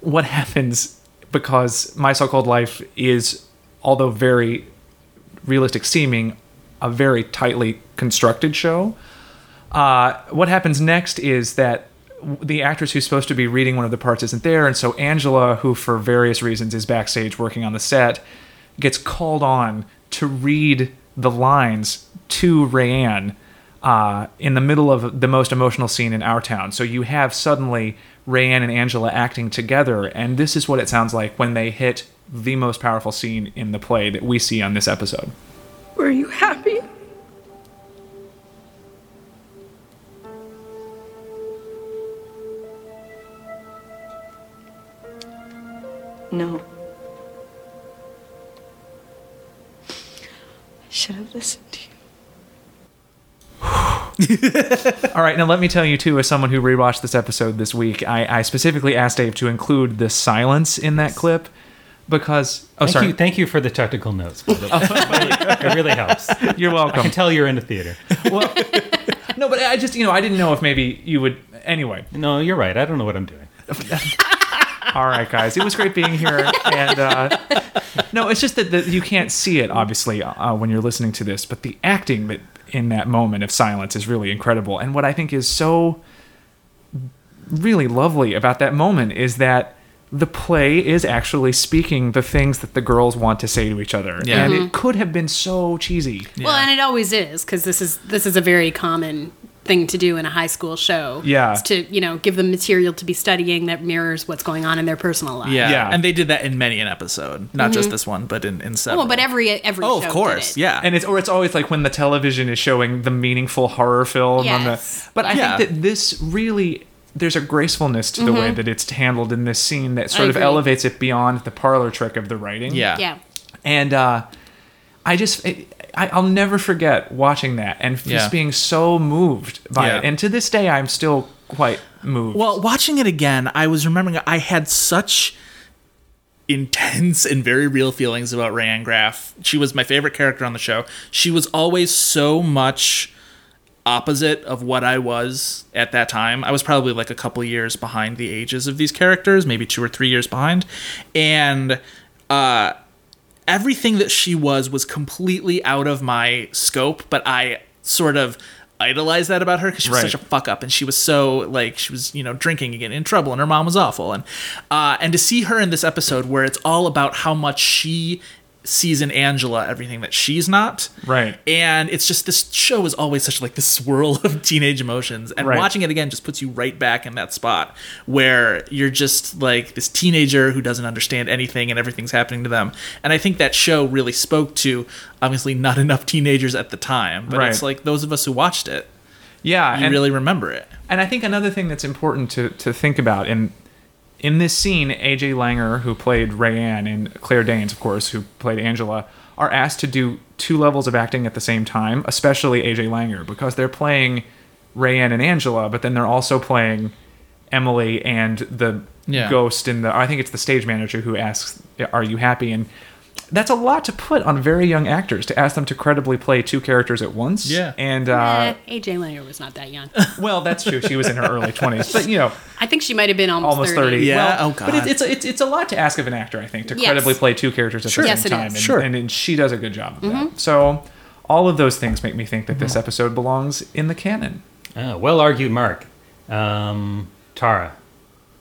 C: what happens because my so-called life is although very realistic seeming a very tightly constructed show uh, what happens next is that w- the actress who's supposed to be reading one of the parts isn't there, and so Angela, who for various reasons is backstage working on the set, gets called on to read the lines to Rayanne uh, in the middle of the most emotional scene in our town. So you have suddenly Rayanne and Angela acting together, and this is what it sounds like when they hit the most powerful scene in the play that we see on this episode.
P: Were you happy?
S: No. Should have listened to you.
C: All right, now let me tell you too, as someone who rewatched this episode this week, I, I specifically asked Dave to include the silence in that clip because. Oh,
B: Thank
C: sorry.
B: you- thank you for the technical notes. By the way. it really helps.
C: You're welcome.
B: I can tell you're in a theater.
C: No, but I just you know I didn't know if maybe you would. Anyway.
B: No, you're right. I don't know what I'm doing.
C: All right, guys, it was great being here, and uh, no, it's just that the, you can't see it obviously uh, when you're listening to this, but the acting that in that moment of silence is really incredible, and what I think is so really lovely about that moment is that the play is actually speaking the things that the girls want to say to each other,
D: Yeah.
C: and
D: Mhm.
C: it could have been so cheesy.
D: Well, and it always is because this is this is a very common thing to do in a high school show.
E: Yeah.
D: is to you know give them material to be studying that mirrors what's going on in their personal life.
E: Yeah. And they did that in many an episode, not just
D: Mhm.
E: this one, but in in several.
D: Well, but every every
E: Oh,
D: show did it.
E: yeah.
C: And it's or it's always like when the television is showing the meaningful horror film on
D: Yes.
C: the But I
D: Yeah.
C: think that this really there's a gracefulness to the way
D: Mhm.
C: that it's handled in this scene that
E: Mm-hmm. I
C: sort of
E: agree.
C: elevates it beyond the parlor trick of the writing.
E: Yeah. Yeah.
C: And uh I just it, I, I'll never forget watching that and just
E: Yeah.
C: being so moved by
E: Yeah.
C: it. And to this day, I'm still quite moved.
E: Well, watching it again, I was remembering I had such intense and very real feelings about Rayanne Graff. She was my favorite character on the show. She was always so much opposite of what I was at that time. I was probably like a couple years behind the ages of these characters, maybe two or three years behind. And uh everything that she was was completely out of my scope, but I sort of idolized that about her because she was
C: Right.
E: such a fuck up and she was so like she was you know drinking again in trouble and her mom was awful and uh, and to see her in this episode where it's all about how much she sees in Angela everything that she's not
C: Right.
E: and it's just this show is always such like this swirl of teenage emotions and
C: Right.
E: watching it again just puts you right back in that spot where you're just like this teenager who doesn't understand anything and everything's happening to them and i think that show really spoke to obviously not enough teenagers at the time but it's
C: Right.
E: like those of us who watched it
C: Yeah,
E: you
C: and-
E: really remember it
C: And I think another thing that's important to, to think about in in this scene, AJ Langer, who played Rayanne, and Claire Danes, of course, who played Angela, are asked to do two levels of acting at the same time, especially AJ Langer, because they're playing Rayanne and Angela, but then they're also playing Emily and the
E: Yeah.
C: ghost in the I think it's the stage manager who asks, Are you happy? And that's a lot to put on very young actors to ask them to credibly play two characters at once. Yeah. And uh,
D: Eh, AJ Langer was not that young.
C: well, that's true. She was in her early 20s, but you know,
D: I think she might have been almost,
C: almost 30. Well,
E: oh,
D: Well,
C: But it's, it's, a, it's, it's a lot to ask of an actor, I think, to
D: Yes.
C: credibly play two characters at
D: Sure.
C: the same
D: Yes, it
C: time.
D: is.
C: And,
D: Sure.
C: and, and she does a good job of
D: Mhm.
C: that. So all of those things make me think that this episode belongs in the canon.
B: Ah, well argued, Mark. Um, Tara,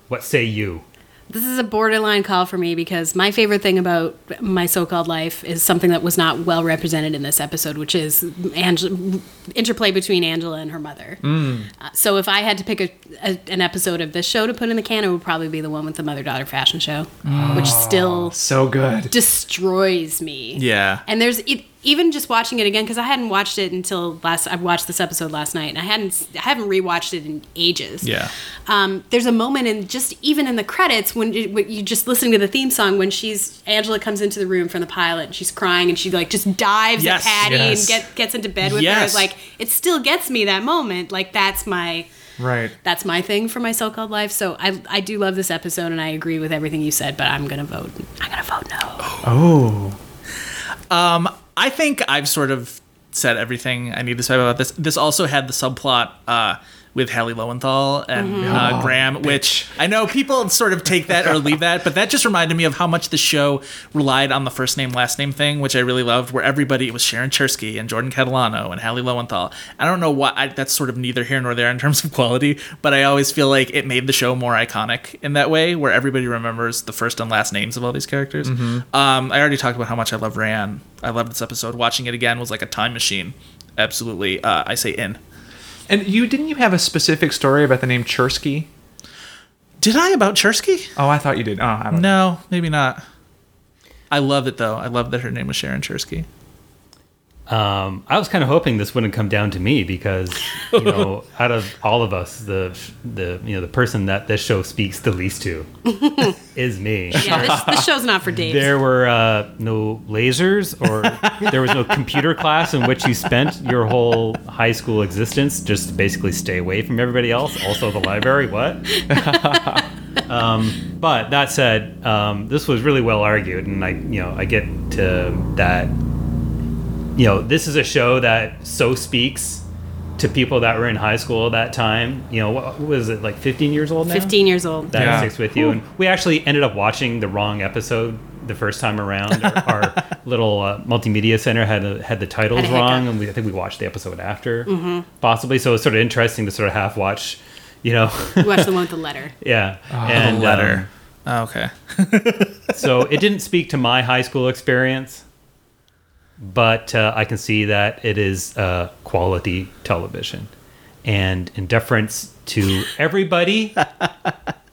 B: what say you?
D: This is a borderline call for me because my favorite thing about my so-called life is something that was not well represented in this episode, which is Angela, interplay between Angela and her mother.
E: Mm.
D: Uh, so if I had to pick a, a, an episode of this show to put in the can, it would probably be the one with the mother-daughter fashion show,
E: Mm.
D: which
C: Oh,
D: still
C: so good.
D: destroys me.
E: yeah
D: And there's e even just watching it again because I hadn't watched it until last. I watched this episode last night, and I hadn't s- I haven't rewatched it in ages.
E: yeah
D: Um, there's a moment in just even in the credits when, it, when you just listening to the theme song when she's Angela comes into the room from the pilot and she's crying and she like just dives
E: Yes.
D: at Patty
E: Yes.
D: and get, gets into bed with
E: Yes.
D: her. Like it still gets me that moment. Like that's my
C: Right.
D: that's my thing for my so-called life. So I I do love this episode and I agree with everything you said, but I'm gonna vote. I'm gonna vote no.
E: Oh. Um, I think I've sort of said everything I need to say about this. This also had the subplot uh, with Hallie Lowenthal and
C: Mhm.
E: uh,
C: Oh,
E: Graham, which I know people sort of take that or leave that, but that just reminded me of how much the show relied on the first name, last name thing, which I really loved, where everybody, it was Sharon Chersky and Jordan Catalano and Hallie Lowenthal. I don't know why, I, that's sort of neither here nor there in terms of quality, but I always feel like it made the show more iconic in that way, where everybody remembers the first and last names of all these characters.
C: Mhm.
E: Um, I already talked about how much I love Rayanne. I love this episode. Watching it again was like a time machine. Absolutely. Uh, I say in.
C: And you didn't you have a specific story about the name Chersky?
E: Did I about Chersky?
C: Oh, I thought you did. Oh, I don't
E: no, maybe not. I love it though. I love that her name was Sharon Chersky.
B: Um, I was kind of hoping this wouldn't come down to me because you know, out of all of us, the the you know the person that this show speaks the least to is me.
D: Yeah, this, this show's not for Dave.
B: There were uh, no lasers, or there was no computer class in which you spent your whole high school existence just to basically stay away from everybody else. Also, the library. What? um, but that said, um, this was really well argued, and I, you know, I get to that. You know, this is a show that so speaks to people that were in high school at that time. You know, what, what was it like? Fifteen years old now.
D: 15 years old.
B: That sticks with you. And we actually ended up watching the wrong episode the first time around. Our, our little uh, multimedia center had a, had the titles
D: Had a
B: wrong,
D: hiccup.
B: and we, I think we watched the episode after,
D: Mhm.
B: possibly. So it's sort of interesting to sort of half watch, you know.
D: You watch the one with the letter.
B: yeah, um,
E: Oh, the letter. Oh, okay.
B: so it didn't speak to my high school experience, but uh, I can see that it is uh, quality television. And in deference to everybody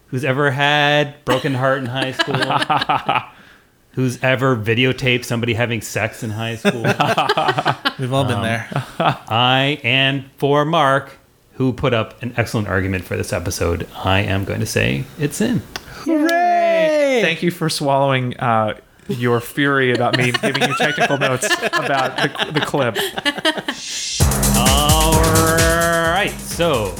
B: who's ever had broken heart in high school, who's ever videotaped somebody having sex in high school,
E: we've all been there.
B: I and for Mark, who put up an excellent argument for this episode, I am going to say it's in.
C: Hooray! Thank you for swallowing uh, your fury about me giving you technical notes about the, the clip.
B: All right, so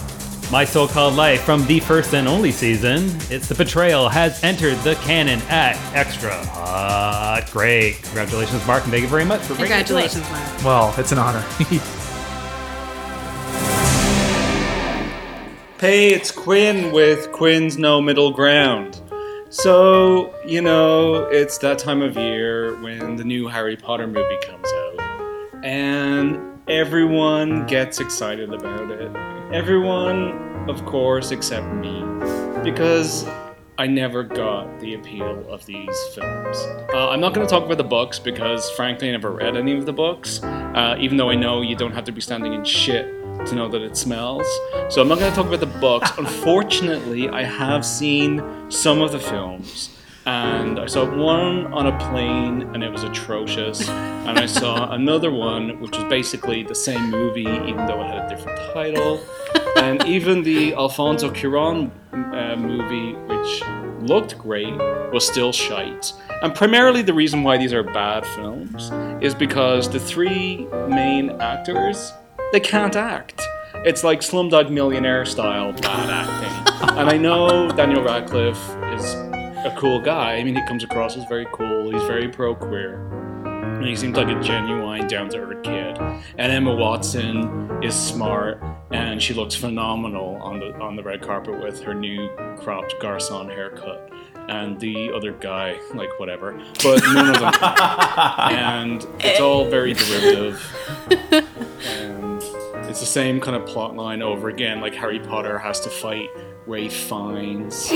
B: my so-called life from the first and only season, it's the betrayal has entered the canon at extra. Hot. great, congratulations, Mark, and thank you very much for bringing it to us.
D: Congratulations, Mark.
C: Well, it's an honor.
T: Hey, it's Quinn with Quinn's No Middle Ground. So, you know, it's that time of year when the new Harry Potter movie comes out, and everyone gets excited about it. Everyone, of course, except me, because I never got the appeal of these films. Uh, I'm not going to talk about the books because, frankly, I never read any of the books, uh, even though I know you don't have to be standing in shit to know that it smells. So I'm not going to talk about the books. Unfortunately, I have seen some of the films. And I saw one on a plane and it was atrocious. And I saw another one which was basically the same movie, even though it had a different title. And even the Alfonso Cuaron uh, movie, which looked great, was still shite. And primarily the reason why these are bad films is because the three main actors they can't act. It's like Slumdog Millionaire style bad acting. and I know Daniel Radcliffe is a cool guy. I mean, he comes across as very cool. He's very pro queer. And he seems like a genuine, down to earth kid. And Emma Watson is smart, and she looks phenomenal on the on the red carpet with her new cropped garçon haircut. And the other guy, like whatever, but none of them. count. and it's all very derivative. and it's the same kind of plot line over again. Like Harry Potter has to fight Ray Fiennes.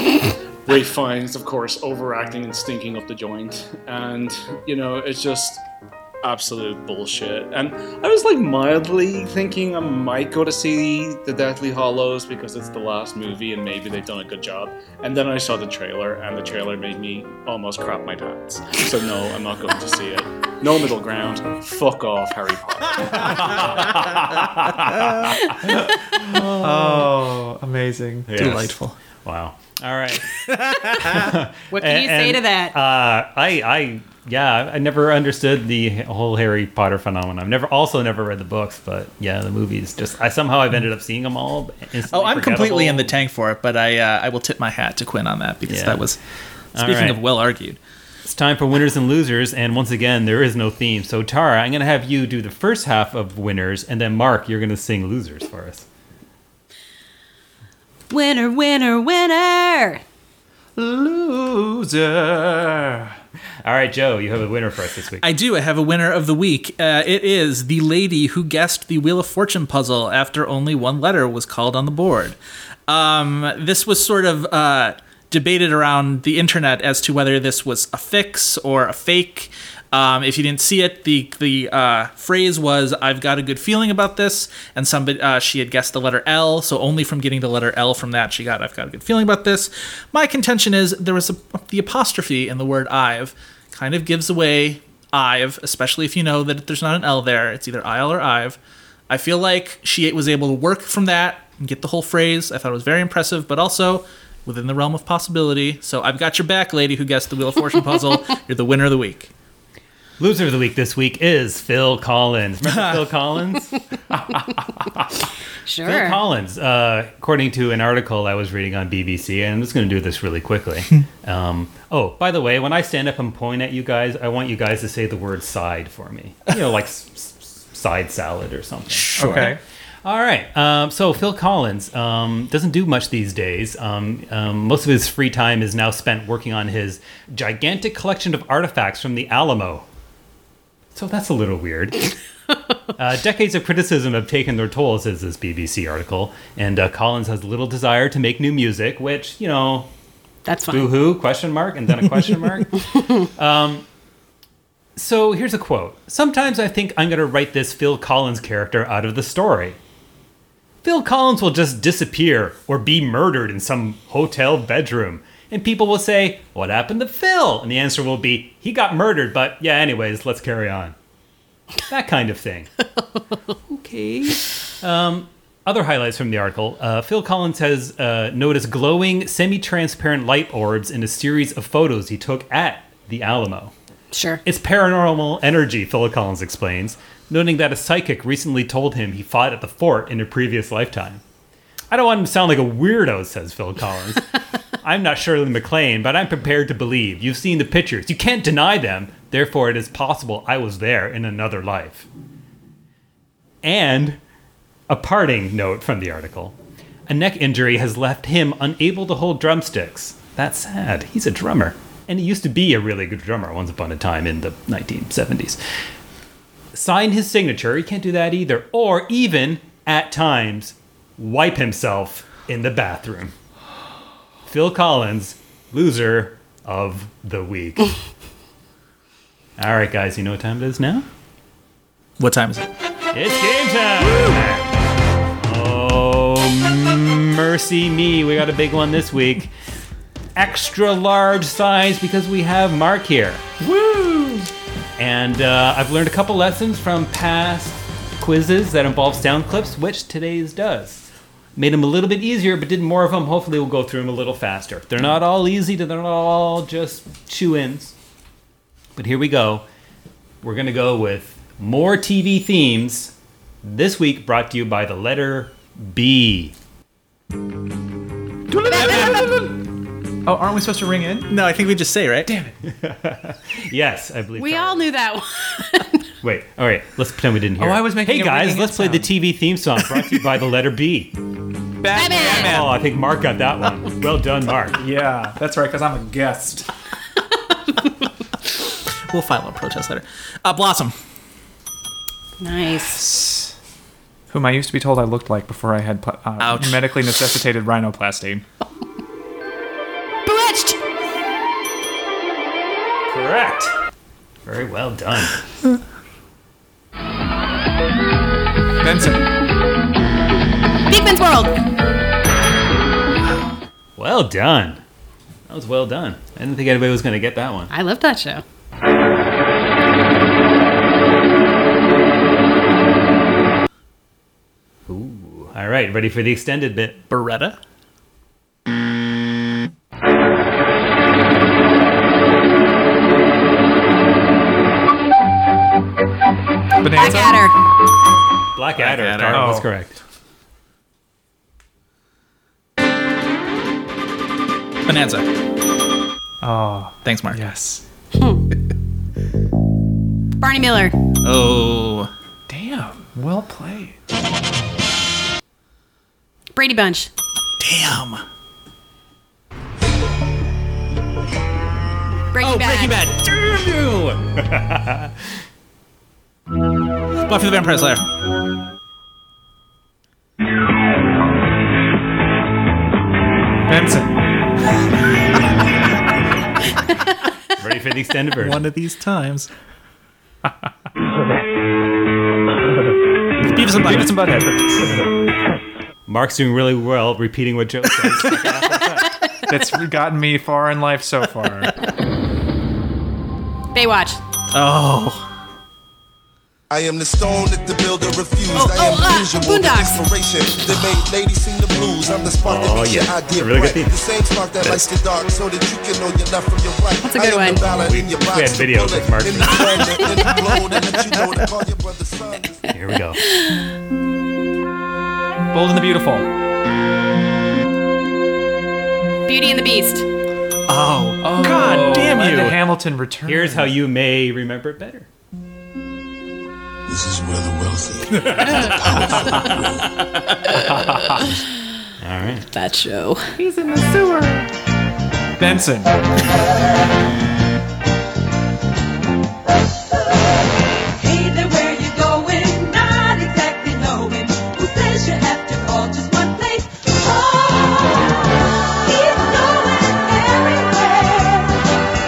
T: Ray Fiennes, of course, overacting and stinking up the joint, and you know it's just absolute bullshit. And I was like mildly thinking I might go to see The Deathly Hollows because it's the last movie and maybe they've done a good job. And then I saw the trailer, and the trailer made me almost crap my pants. So no, I'm not going to see it. No middle ground. Fuck off, Harry Potter.
C: oh, amazing.
B: Yes.
E: Delightful.
B: Wow. All right.
D: What can you
B: And-
D: say to
B: and,
D: that?
B: Uh, I, I, yeah, I never understood the whole Harry Potter phenomenon. I've never, also never read the books, but yeah, the movies. Just I somehow I've ended up seeing them all.
E: Oh, I'm completely in the tank for it, but I uh, I will tip my hat to Quinn on that because
B: Yeah.
E: that was
B: All
E: speaking
B: right.
E: of well argued.
B: It's time for winners and losers, and once again, there is no theme. So Tara, I'm going to have you do the first half of winners, and then Mark, you're going to sing losers for us.
D: Winner, winner, winner.
C: Loser.
B: All right, Joe, you have a winner for us this week.
E: I do. I have a winner of the week. Uh, it is the lady who guessed the Wheel of Fortune puzzle after only one letter was called on the board. Um, this was sort of uh, debated around the internet as to whether this was a fix or a fake. Um, if you didn't see it, the the uh, phrase was "I've got a good feeling about this," and somebody uh, she had guessed the letter L, so only from getting the letter L from that she got "I've got a good feeling about this." My contention is there was a, the apostrophe in the word "I've," kind of gives away I've, especially if you know that there's not an L there. It's either I'll or I've. I feel like she was able to work from that and get the whole phrase. I thought it was very impressive, but also within the realm of possibility. So I've got your back, lady who guessed the Wheel of Fortune puzzle. You're the winner of the week.
B: Loser of the week this week is Phil Collins. Remember Phil Collins?
D: Sure.
B: Phil Collins, uh, according to an article I was reading on BBC, and I'm just going to do this really quickly. um, oh, by the way, when I stand up and point at you guys, I want you guys to say the word side for me. You know, like s- s- side salad or something. Sure.
C: Okay.
B: All right. Um, so Phil Collins um, doesn't do much these days. Um, um, most of his free time is now spent working on his gigantic collection of artifacts from the Alamo. So that's a little weird. Uh, decades of criticism have taken their toll, says this BBC article, and uh, Collins has little desire to make new music, which you know,
D: that's fine.
B: Boo-hoo? Question mark, and then a question mark. um, so here's a quote. Sometimes I think I'm going to write this Phil Collins character out of the story. Phil Collins will just disappear or be murdered in some hotel bedroom. And people will say, What happened to Phil? And the answer will be, He got murdered, but yeah, anyways, let's carry on. That kind of thing. okay. Um, other highlights from the article uh, Phil Collins has uh, noticed glowing, semi transparent light orbs in a series of photos he took at the Alamo.
D: Sure.
B: It's paranormal energy, Phil Collins explains, noting that a psychic recently told him he fought at the fort in a previous lifetime. I don't want him to sound like a weirdo, says Phil Collins. I'm not Shirley MacLaine, but I'm prepared to believe. You've seen the pictures. You can't deny them. Therefore, it is possible I was there in another life. And a parting note from the article a neck injury has left him unable to hold drumsticks. That's sad. He's a drummer. And he used to be a really good drummer once upon a time in the 1970s. Sign his signature. He can't do that either. Or even, at times, wipe himself in the bathroom. Phil Collins, loser of the week. All right, guys, you know what time it is now?
E: What time is it?
B: It's game time! Oh, mercy me. We got a big one this week. Extra large size because we have Mark here. Woo! And uh, I've learned a couple lessons from past quizzes that involve sound clips, which today's does. Made them a little bit easier, but did more of them. Hopefully, we'll go through them a little faster. They're not all easy, they're not all just chew ins. But here we go. We're going to go with more TV themes this week brought to you by the letter B.
E: Oh, aren't we supposed to ring in? No, I think we just say, right? Damn it.
B: Yes, I believe.
D: We all knew that one.
B: Wait, all right, let's pretend we didn't hear.
E: Oh,
B: it.
E: I was making
B: Hey
E: a
B: guys,
E: ringing
B: let's play the TV theme song brought to you by the letter B. Batman. Oh, I think Mark got that one. Well done, Mark.
C: yeah, that's right, because I'm a guest.
E: We'll file a protest letter. Uh, Blossom.
D: Nice.
C: Whom I used to be told I looked like before I had pla- uh, medically necessitated rhinoplasty.
D: Bewitched.
B: Correct. Very well done.
C: Benson.
D: Beekman's World.
B: Well done. That was well done. I didn't think anybody was going to get that one.
D: I love that show.
B: Ooh. All right, ready for the extended bit?
E: Beretta.
C: Bonanza.
B: Blackadder.
C: Blackadder.
B: Carl, That's
C: Oh.
B: correct.
E: Bonanza.
C: Oh.
E: Thanks, Mark. Yes.
D: Barney Miller.
E: Oh.
C: Damn. Well played.
D: Brady Bunch.
E: Damn.
D: Breaking Bad. Oh, Breaking
E: Oh, Bad. Damn you! Buffy the Vampire Slayer.
C: Benson.
B: Ready for the extended version?
E: One of these times. Beavis and Butthead.
B: Mark's doing really well repeating what Joe said.
C: That's gotten me far in life so far.
D: Baywatch.
E: Oh.
U: I am the stone that the builder refused.
D: Oh,
U: I am
D: oh, uh,
U: usual, the
D: Boondocks.
U: inspiration that made ladies sing the blues. I'm the spark that
B: Oh,
U: makes
B: yeah.
U: your idea
B: Really good
U: bright.
B: theme.
U: The same spark that lights the dark so that you can know your left from your right.
D: That's a good
U: I am
D: one.
U: the ballad
B: We-
U: in your
B: we
U: box,
B: had
U: the
B: videos
U: bullet
B: with Mark.
U: in the gun that in the blow that let you know to call your brother son.
B: Here we go.
C: Bold and the Beautiful.
D: Beauty and the Beast.
E: Oh.
C: Oh,
B: God damn
C: Linda
B: you.
C: Hamilton returns.
B: Here's how you may remember it better.
U: This is where the wealthy.
B: All right.
D: That show.
C: He's in the sewer. Benson.
P: Hey there, where you going? Not exactly knowing. Who says you have to call just one place? Oh, he's going everywhere.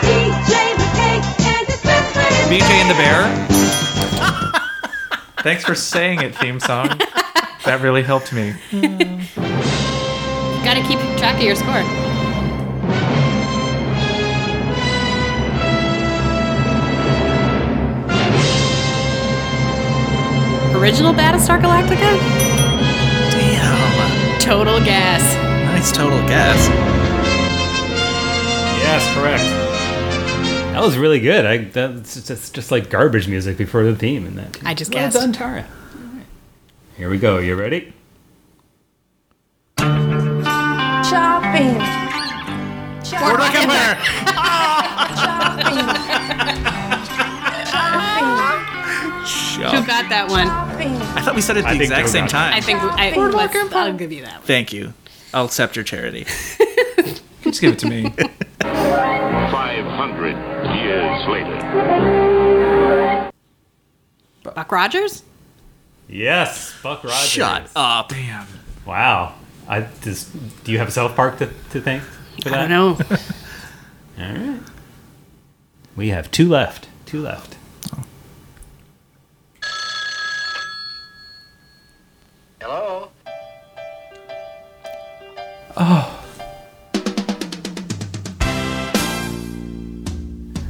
P: DJ McCain and his best friend.
C: BJ and the Bear. Thanks for saying it, theme song. That really helped me.
D: Gotta keep track of your score. Original Battlestar Galactica?
E: Damn.
D: Total gas.
E: Nice total guess.
B: Yes, correct. That was really good. I that's just, that's just like garbage music before the theme in that.
D: I just
B: Well
D: guessed.
B: done, Tara. Here we go. You ready?
P: Chopping.
E: We're not gonna wear.
P: Chopping. Chopping.
D: Who got that one?
E: I thought we said it at the exact same time.
D: I think I, let's, I'll give you that.
E: Thank you. I'll accept your charity.
C: Just give it to me.
A: 500 years later.
D: Buck Rogers?
B: Yes, Buck Rogers.
D: Shut
E: up.
B: Damn. Wow. I just. Do you have South Park to, to thank for
D: I
B: that?
D: don't know.
B: All right. We have two left. Two left.
P: Hello.
C: Oh.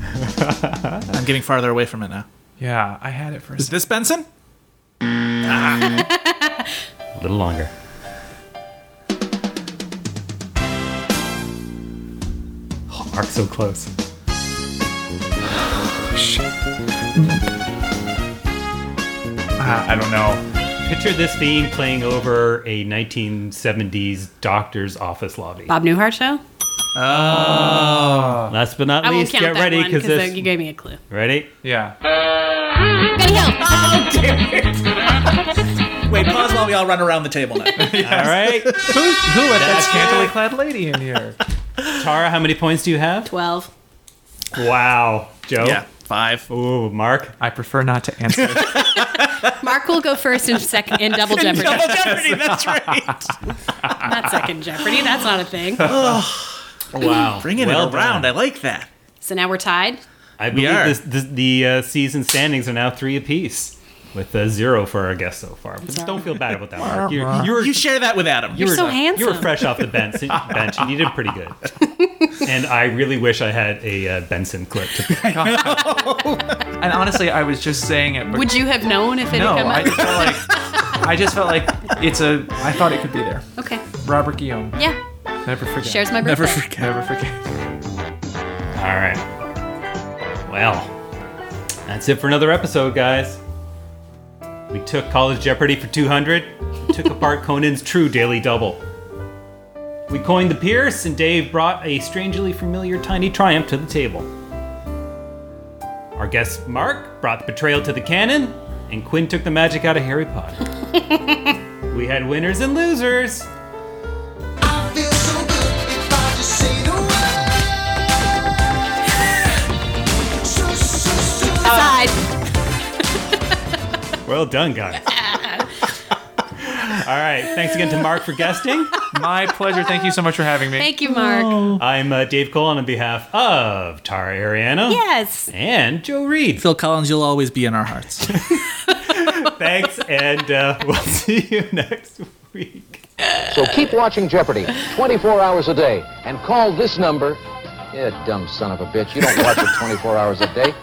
E: I'm getting farther away from it now.
C: Yeah, I had it for a
E: Is this Benson?
B: A little longer. Oh, Mark, so close.
C: Uh, I don't know.
B: Picture this theme playing over a 1970s doctor's office lobby.
D: Bob Newhart show?
B: Oh. Last but not
D: I won't
B: least,
D: count
B: get
D: that
B: ready
D: one
B: because
D: because
B: this.
D: you gave me a clue.
B: Ready?
C: Yeah.
D: Benny Hill.
E: Oh, Wait, pause while we all run around the table now.
B: All right.
C: Who's, who let that
B: That's
C: scantily clad lady in here?
B: Tara, how many points do you have?
D: Twelve.
B: Wow. Joe?
D: Yeah,
E: five.
B: Ooh, Mark?
C: I prefer not to answer.
D: Mark will go first in second in Double Jeopardy.
E: Double Jeopardy, that's
D: right. not second Jeopardy. That's not a thing.
B: Wow.
E: Bringing
B: Well
E: it around.
B: done.
E: I like that.
D: so now we're tied.
B: I
E: We
B: believe
E: are.
B: this, this, the uh, season standings are now three apiece, with a zero for our guest so far. But don't feel bad about that, Mark. You're, you're,
E: you share that with Adam.
B: you were- You were fresh off the bench, bench and you did pretty good. and I really wish I had a uh, Benson clip. To
C: And honestly, I was just saying it. Because
D: Would you have known if it
C: no,
D: had come
C: I
D: up?
C: just felt like I just felt like it's a. I thought it could be there.
D: Okay.
C: Robert Guillaume.
D: Yeah.
C: Never forget.
D: Shares my Never birthday.
C: Never forget.
B: All right. Well, that's it for another episode, guys. We took College Jeopardy for 200, took apart Conan's true daily double. We coined the Pierce, and Dave brought a strangely familiar tiny triumph to the table. Our guest Mark brought the betrayal to the canon, and Quinn took the magic out of Harry Potter. we had winners and losers.
D: Aside.
B: Well done, guys. All right. Thanks again to Mark for guesting.
C: My pleasure. Thank you so much for having me.
D: Thank you, Mark.
B: I'm uh, Dave Cole on behalf of Tara Ariano.
D: Yes.
B: And Joe Reed.
E: Phil Collins, you'll always be in our hearts.
B: Thanks, and uh, we'll see you next week.
V: So keep watching Jeopardy 24 hours a day and call this number. Yeah, dumb son of a bitch. You don't watch it 24 hours a day.